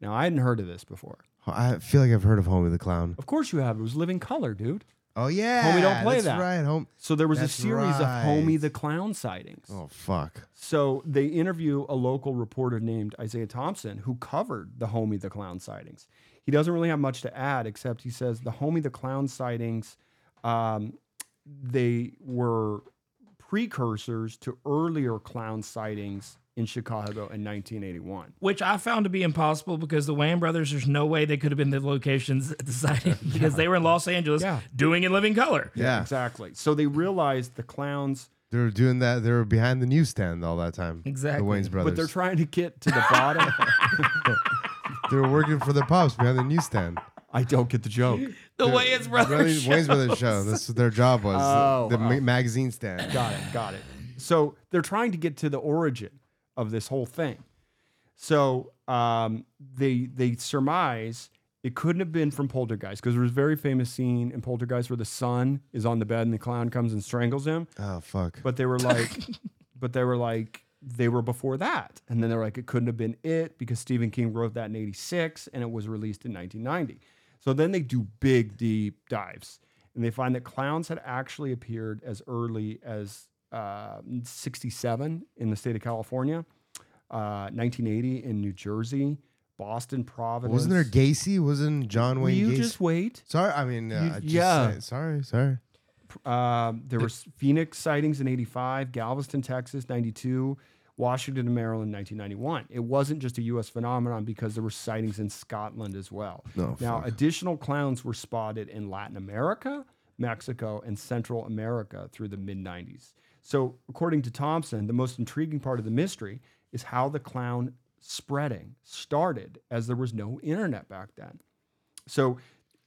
S2: Now, I hadn't heard of this before.
S4: I feel like I've heard of Homie the Clown.
S2: Of course you have. It was Living Color, dude.
S4: Oh yeah,
S2: Homie don't play
S4: that's
S2: that.
S4: Right, home.
S2: So there was
S4: That's
S2: a series
S4: right.
S2: of Homie the Clown sightings.
S4: Oh fuck.
S2: So they interview a local reporter named Isaiah Thompson who covered the Homie the Clown sightings. He doesn't really have much to add except he says the Homie the Clown sightings um, they were precursors to earlier clown sightings in Chicago in 1981.
S3: Which I found to be impossible because the Wayne brothers, there's no way they could have been the locations at the sighting because they were in Los Angeles
S2: Yeah.
S3: doing in living color.
S4: Yeah,
S2: Exactly. So they realized the clowns
S4: they were doing that. They were behind the newsstand all that time.
S3: Exactly.
S4: The Wayne's brothers.
S2: but they're trying to get to the bottom.
S4: they were working for the pops behind the newsstand.
S2: I don't get the joke.
S3: The Wayans
S4: Wayne's,
S3: brothers.
S4: Wayne's brothers show. That's what their job was.
S2: Oh,
S4: the ma-
S2: wow.
S4: magazine stand.
S2: Got it. Got it. So they're trying to get to the origin of this whole thing. So um, they they surmise it couldn't have been from Poltergeist because there was a very famous scene in Poltergeist where the son is on the bed and the clown comes and strangles him.
S4: Oh fuck.
S2: But they were like, but they were like, they were before that. And then they're like, it couldn't have been it because Stephen King wrote that in 86 and it was released in 1990. So then they do big, deep dives and they find that clowns had actually appeared as early as uh, 67 in the state of California, uh, 1980 in New Jersey, Boston, Providence.
S4: Wasn't there Gacy? Wasn't John
S2: Will
S4: Wayne
S2: you
S4: Gacy?
S2: just wait?
S4: sorry, I mean, uh,
S2: You-
S4: just
S2: yeah.
S4: say- sorry, sorry.
S2: Um, there were s- Phoenix sightings in 85, Galveston, Texas, 92, Washington and Maryland, 1991. It wasn't just a U.S. phenomenon because there were sightings in Scotland as well.
S4: No,
S2: now, additional clowns were spotted in Latin America, Mexico, and Central America through the mid 90s. So, according to Thompson, the most intriguing part of the mystery is how the clown spreading started as there was no internet back then. So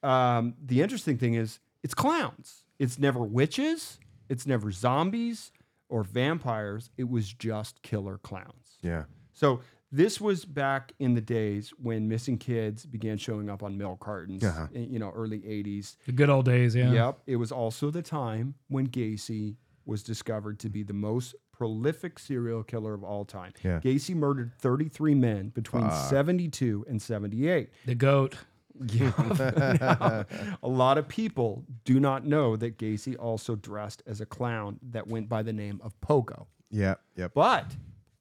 S2: um, the interesting thing is, it's clowns. It's never witches. It's never zombies or vampires. It was just killer clowns.
S4: Yeah.
S2: So this was back in the days when missing kids began showing up on milk cartons.
S4: Uh-huh.
S2: in, You know, early '80s.
S3: the good old days, yeah.
S2: Yep. It was also the time when Gacy was discovered to be the most prolific serial killer of all time.
S4: Yeah.
S2: Gacy murdered 33 men between 72 and 78.
S3: The goat.
S2: Yeah. a lot of people do not know that Gacy also dressed as a clown that went by the name of Pogo.
S4: Yeah. Yep.
S2: But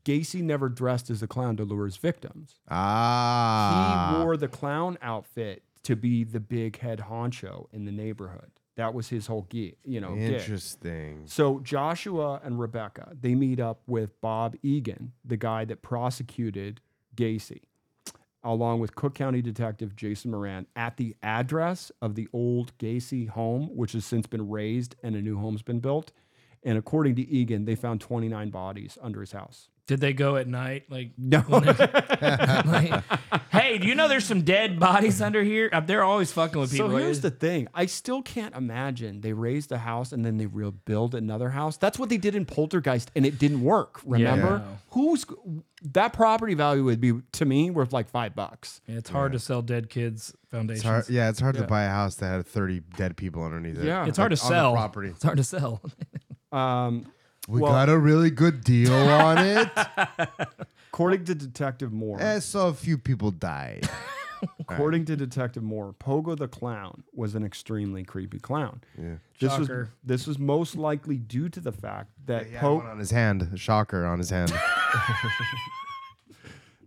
S2: Gacy never dressed as a clown to lure his victims.
S4: ah.
S2: He wore the clown outfit to be the big head honcho in the neighborhood. That was his whole gig, you know. gig.
S4: Interesting.
S2: So Joshua and Rebecca, they meet up with Bob Egan, the guy that prosecuted Gacy, along with Cook County Detective Jason Moran at the address of the old Gacy home, which has since been razed and a new home's been built. And according to Egan, they found 29 bodies under his house.
S3: Did they go at night? Like,
S2: No.
S3: like, hey, do you know there's some dead bodies under here? Uh, They're always fucking with people.
S2: So
S3: Like,
S2: here's the thing. I still can't imagine they raised a house and then they rebuild another house. That's what they did in Poltergeist and it didn't work. Remember?
S3: Yeah.
S2: Who's that property value would be to me worth like 5 bucks.
S3: it's hard to sell dead kids foundations.
S4: It's hard, yeah, it's hard to buy a house that had 30 dead people underneath it.
S2: Yeah.
S3: It's hard to
S4: on the
S3: sell.
S4: property.
S3: It's hard to sell.
S2: Um
S4: We
S2: Well-
S4: got a really good deal on it.
S2: according to Detective Moore,
S4: and so a few people died.
S2: according to Detective Moore, Pogo the clown was an extremely creepy clown. Yeah. This was
S3: Shocker.
S2: this was most likely due to the fact that
S4: He had
S2: Po-
S4: one on his hand, a shocker on his hand.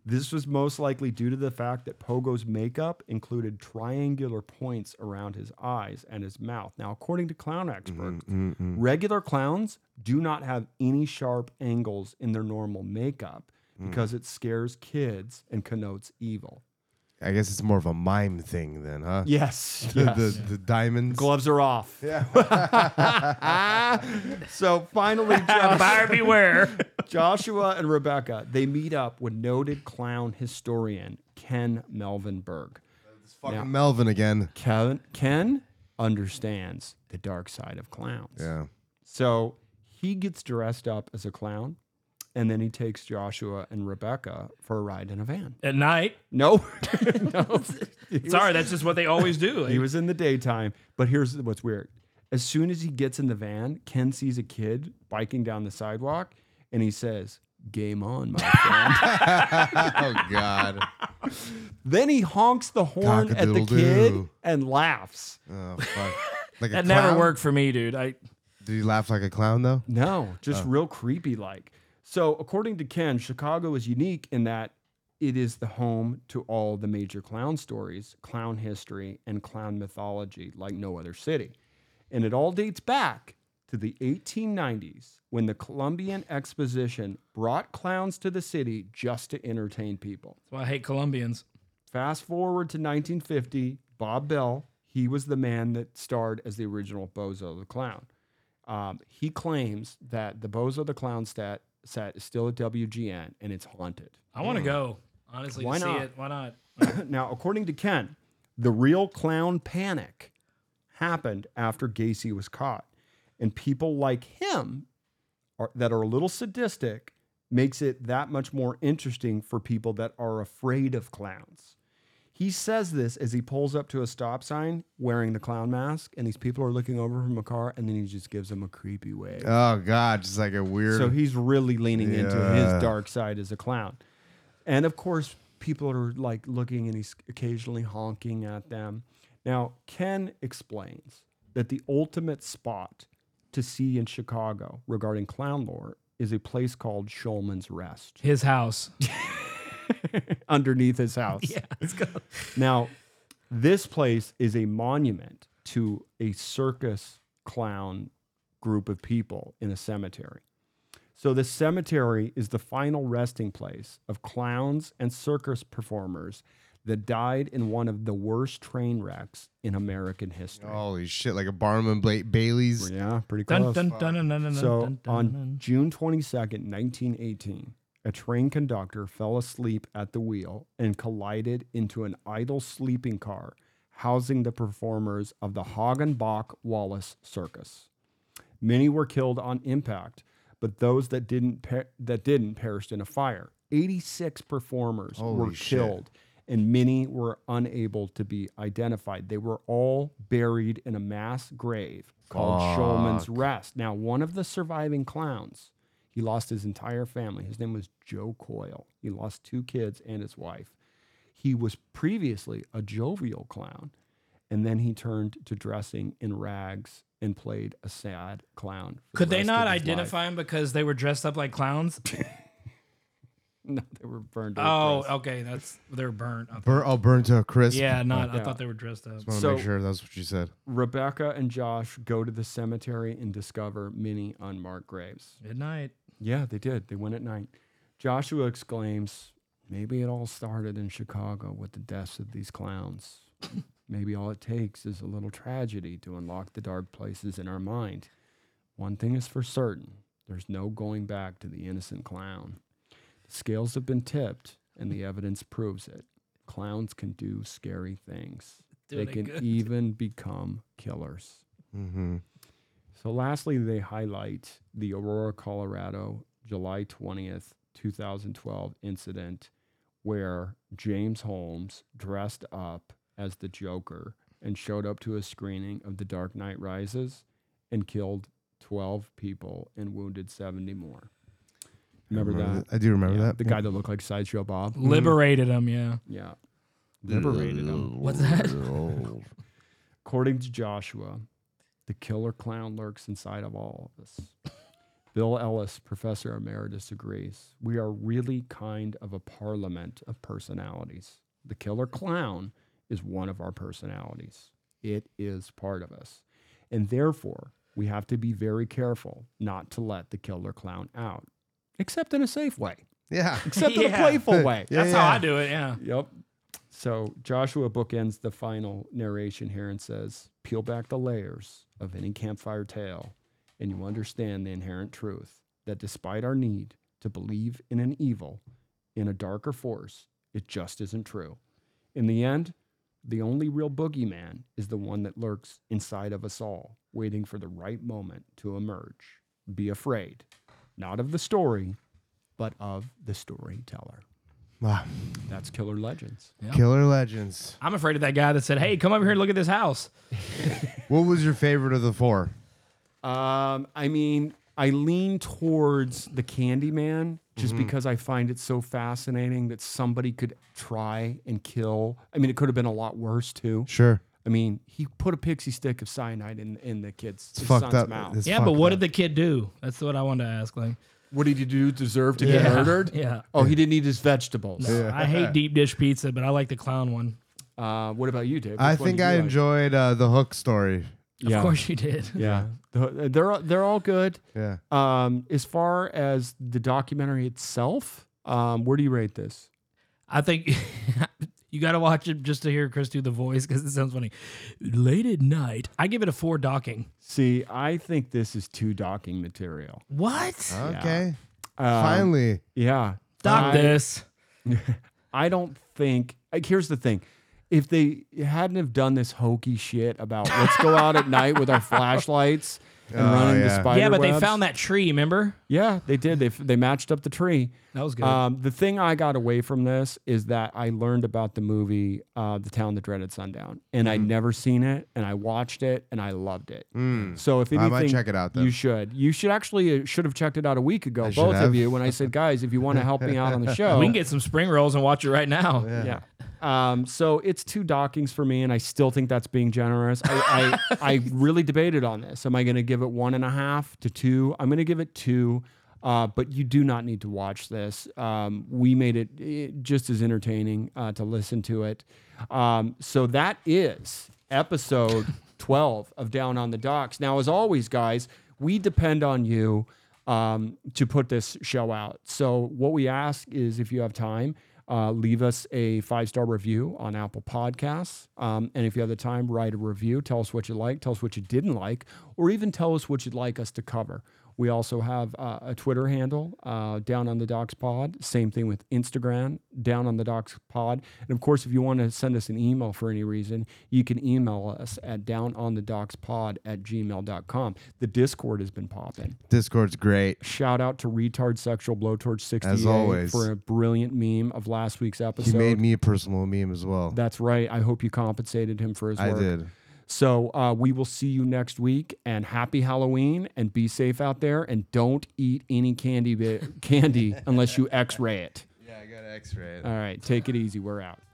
S2: This was most likely due to the fact that Pogo's makeup included triangular points around his eyes and his mouth. Now, according to
S4: Mm-hmm,
S2: clown experts, regular clowns do not have any sharp
S4: Mm.
S2: angles in their normal makeup because it scares kids and connotes evil.
S4: I guess it's more of a mime thing then, huh?
S2: Yes.
S4: The, the, the diamonds.
S2: Gloves are off. Yeah. so finally, Josh-
S3: Buyer beware.
S2: Joshua and Rebecca, they meet up with noted clown historian Ken Melvinberg.
S4: It's fucking Melvin again.
S2: Ken, Ken understands the dark side of clowns.
S4: Yeah.
S2: So he gets dressed up as a clown, and then he takes Joshua and Rebecca for a ride in a van.
S3: At night.
S2: No, no.
S3: Sorry, that's just what they always do. Like,
S2: He was in the daytime, but here's what's weird. As soon as he gets in the van, Ken sees a kid biking down the sidewalk, and he says, Game on, my friend.
S4: Oh God.
S2: Then he honks the horn at the kid
S4: Cock-a-doodle-doo.
S2: and laughs.
S4: Oh fuck. Like a
S3: that never
S4: clown?
S3: worked for me, dude. I
S4: Did he laugh like a clown though?
S2: No, just real creepy like. So, according to Ken, Chicago is unique in that it is the home to all the major clown stories, clown history, and clown mythology like no other city. And it all dates back to the 1890s when the Columbian Exposition brought clowns to the city just to entertain people.
S3: That's why I hate Colombians.
S2: Fast forward to 1950, Bob Bell, he was the man that starred as the original Bozo the Clown. Um, he claims that the Bozo the Clown stat, set is still at WGN and it's haunted.
S3: I want to go. Honestly,
S2: Why
S3: to
S2: not?
S3: see it. Why not?
S2: now, according to Ken, the real clown panic happened after Gacy was caught. And people like him are, that are a little sadistic makes it that much more interesting for people that are afraid of clowns. He says this as he pulls up to a stop sign wearing the clown mask, and these people are looking over from a car, and then he just gives them a creepy wave.
S4: Oh God, just like a weird.
S2: So he's really leaning into his
S4: Yeah.
S2: dark side as a clown. And of course, people are like looking and he's occasionally honking at them. Now, Ken explains that the ultimate spot to see in Chicago regarding clown lore is a place called Shulman's Rest
S3: His house.
S2: underneath his house.
S3: yeah, let's go.
S2: Now, this place is a monument to a circus clown group of people in a cemetery. So, the cemetery is the final resting place of clowns and circus performers that died in one of the worst train wrecks in American history.
S4: Holy shit! Like a Barnum Bla- Bailey's.
S2: Yeah, pretty
S3: Oh. Dun,
S2: close.
S3: dun, dun, dun, dun, dun,
S2: So
S3: dun, dun,
S2: on
S3: dun.
S2: June 22nd, 1918, a train conductor fell asleep at the wheel and collided into an idle sleeping car housing the performers of the Hagenbach Wallace Circus. Many were killed on impact, but those that didn't per- that didn't perished in a fire. 86 performers were
S4: Holy shit.
S2: killed and many were unable to be identified. They were all buried in a mass grave called Shulman's Rest. Now, one of the surviving clowns, he lost his entire family. His name was Joe Coyle. He lost two kids and his wife. He was previously a jovial clown, and then he turned to dressing in rags and played a sad clown. for the
S3: Could they
S2: rest
S3: not
S2: of his life.
S3: identify him because they were dressed up like clowns?
S2: No, they were burned. to the
S3: oh,
S2: crisp.
S3: okay. That's they're burnt. Okay.
S4: Bur- oh, burned to a crisp.
S3: Yeah, not. I
S2: Yeah.
S3: thought they were dressed up.
S4: I want to
S2: So-
S4: make sure that's what you said.
S2: Rebecca and Josh go to the cemetery and discover many unmarked graves.
S3: Midnight.
S2: Yeah, they did. They went at night. Joshua exclaims, Maybe it all started in Chicago with the deaths of these clowns. Maybe all it takes is a little tragedy to unlock the dark places in our mind. One thing is for certain there's no going back to the innocent clown. The scales have been tipped, and the evidence proves it. Clowns can do scary things,
S3: Doing
S2: they
S3: it
S2: can
S3: good.
S2: even become killers.
S4: Mm-hmm.
S2: So, lastly, they highlight the Aurora, Colorado, July 20th, 2012 incident where James Holmes dressed up as the Joker and showed up to a screening of The Dark Knight Rises and killed 12 people and wounded 70 more. Remember, that?
S4: I do remember
S2: Yeah,
S4: that.
S2: The guy that looked like Sideshow Bob? Mm-hmm.
S3: Liberated him. Yeah.
S2: Yeah.
S4: Mm-hmm.
S2: Liberated him.
S3: What's that?
S2: According to Joshua, the killer clown lurks inside of all of us. Bill Ellis, professor emeritus, agrees. We are really kind of a parliament of personalities. The killer clown is one of our personalities, it is part of us. And therefore, we have to be very careful not to let the killer clown out, except in a safe way,
S4: Yeah.
S2: except in a
S3: Yeah.
S2: playful way.
S4: Yeah,
S3: That's
S4: yeah.
S3: how I do it. Yeah.
S2: Yep. So Joshua bookends the final narration here and says, Peel back the layers of any campfire tale, and you understand the inherent truth that despite our need to believe in an evil, in a darker force, it just isn't true. In the end, the only real boogeyman is the one that lurks inside of us all, waiting for the right moment to emerge. Be afraid, not of the story, but of the storyteller.
S4: Wow.
S2: That's Killer Legends.
S4: Ah, Killer Legends.
S3: I'm afraid of that guy that said, "Hey, come over here and look at this house."
S4: What was your favorite of the four?
S2: Um, I mean, I lean towards the Candyman just
S4: Mm-hmm.
S2: because I find it so fascinating that somebody could try and kill. I mean, it could have been a lot worse too.
S4: Sure.
S2: I mean, he put a pixie stick of cyanide in in the kid's his
S4: fucked
S2: son's
S4: up.
S2: mouth.
S4: It's
S3: yeah, but
S4: fucked
S3: what
S4: up.
S3: did the kid do? That's what I wanted to ask. Like,
S2: What did he do? Deserve to get
S3: Yeah.
S2: murdered?
S3: Yeah.
S2: Oh, he didn't eat his vegetables.
S3: I hate deep dish pizza, but I like the clown one.
S2: Uh, what about you, Dave? Which
S4: I
S2: one
S4: think
S2: did you
S4: I
S2: like?
S4: enjoyed uh, the hook story.
S2: Yeah.
S3: Of course you did.
S2: Yeah. The- They're all- they're all good.
S4: Yeah.
S2: Um, as far as the documentary itself, um, where do you rate this?
S3: I think you got to watch it just to hear Chris do the voice because it sounds funny. Late at night, I give it a four docking.
S2: See, I think this is too docking material.
S3: What?
S4: Okay.
S2: Um,
S4: Finally.
S2: Yeah.
S3: Dock
S2: I,
S3: this.
S2: I don't think. Like, here's the thing. If they hadn't have done this hokey shit about let's go out at night with our flashlights and
S4: Oh,
S2: run into
S4: yeah.
S2: spider
S3: yeah, but
S2: webs.
S3: they found that tree. Remember?
S2: Yeah, they did. They, f- they matched up the tree.
S3: That was good.
S2: Um, the thing I got away from this is that I learned about the movie uh, The Town That Dreaded Sundown, and
S4: Mm.
S2: I'd never seen it, and I watched it, and I loved it. So if
S4: Mm. I
S2: anything,
S4: might check it out, then.
S2: You should. You should actually uh, should have checked it out a week ago,
S4: should
S2: both
S4: have.
S2: of you. When I said, guys, if you want to help me out on the show,
S3: we can get some spring rolls and watch it right now.
S2: yeah. Um, so it's two dockings for me, and I still think that's being generous. I, I, I really debated on this. Am I going to give it one and a half to two? I'm going to give it two. Uh, but you do not need to watch this. Um, we made it, eh, just as entertaining uh, to listen to it. Um, so that is episode 12 of Down on the Docks. Now, as always, guys, we depend on you um, to put this show out. So, what we ask is if you have time, uh, leave us a five star review on Apple Podcasts. Um, and if you have the time, write a review. Tell us what you like, tell us what you didn't like, or even tell us what you'd like us to cover. We also have uh, a Twitter handle, uh, Down on the Docs Pod. Same thing with Instagram, Down on the Docs Pod. And of course, if you want to send us an email for any reason, you can email us at downonthedocspod at gmail.com. The Discord has been popping.
S4: Discord's great.
S2: Shout out to Retard Sexual Blowtorch 68
S4: As always.
S2: for a brilliant meme of last week's
S4: He
S2: episode.
S4: made me a personal meme as well.
S2: That's right. I hope you compensated him for his
S4: I
S2: work.
S4: did.
S2: So uh, we will see you next week, and happy Halloween, and be safe out there, and don't eat any candy bi- candy unless you X-ray it.
S4: Yeah, I got X-ray.
S2: All right, take it easy. We're out.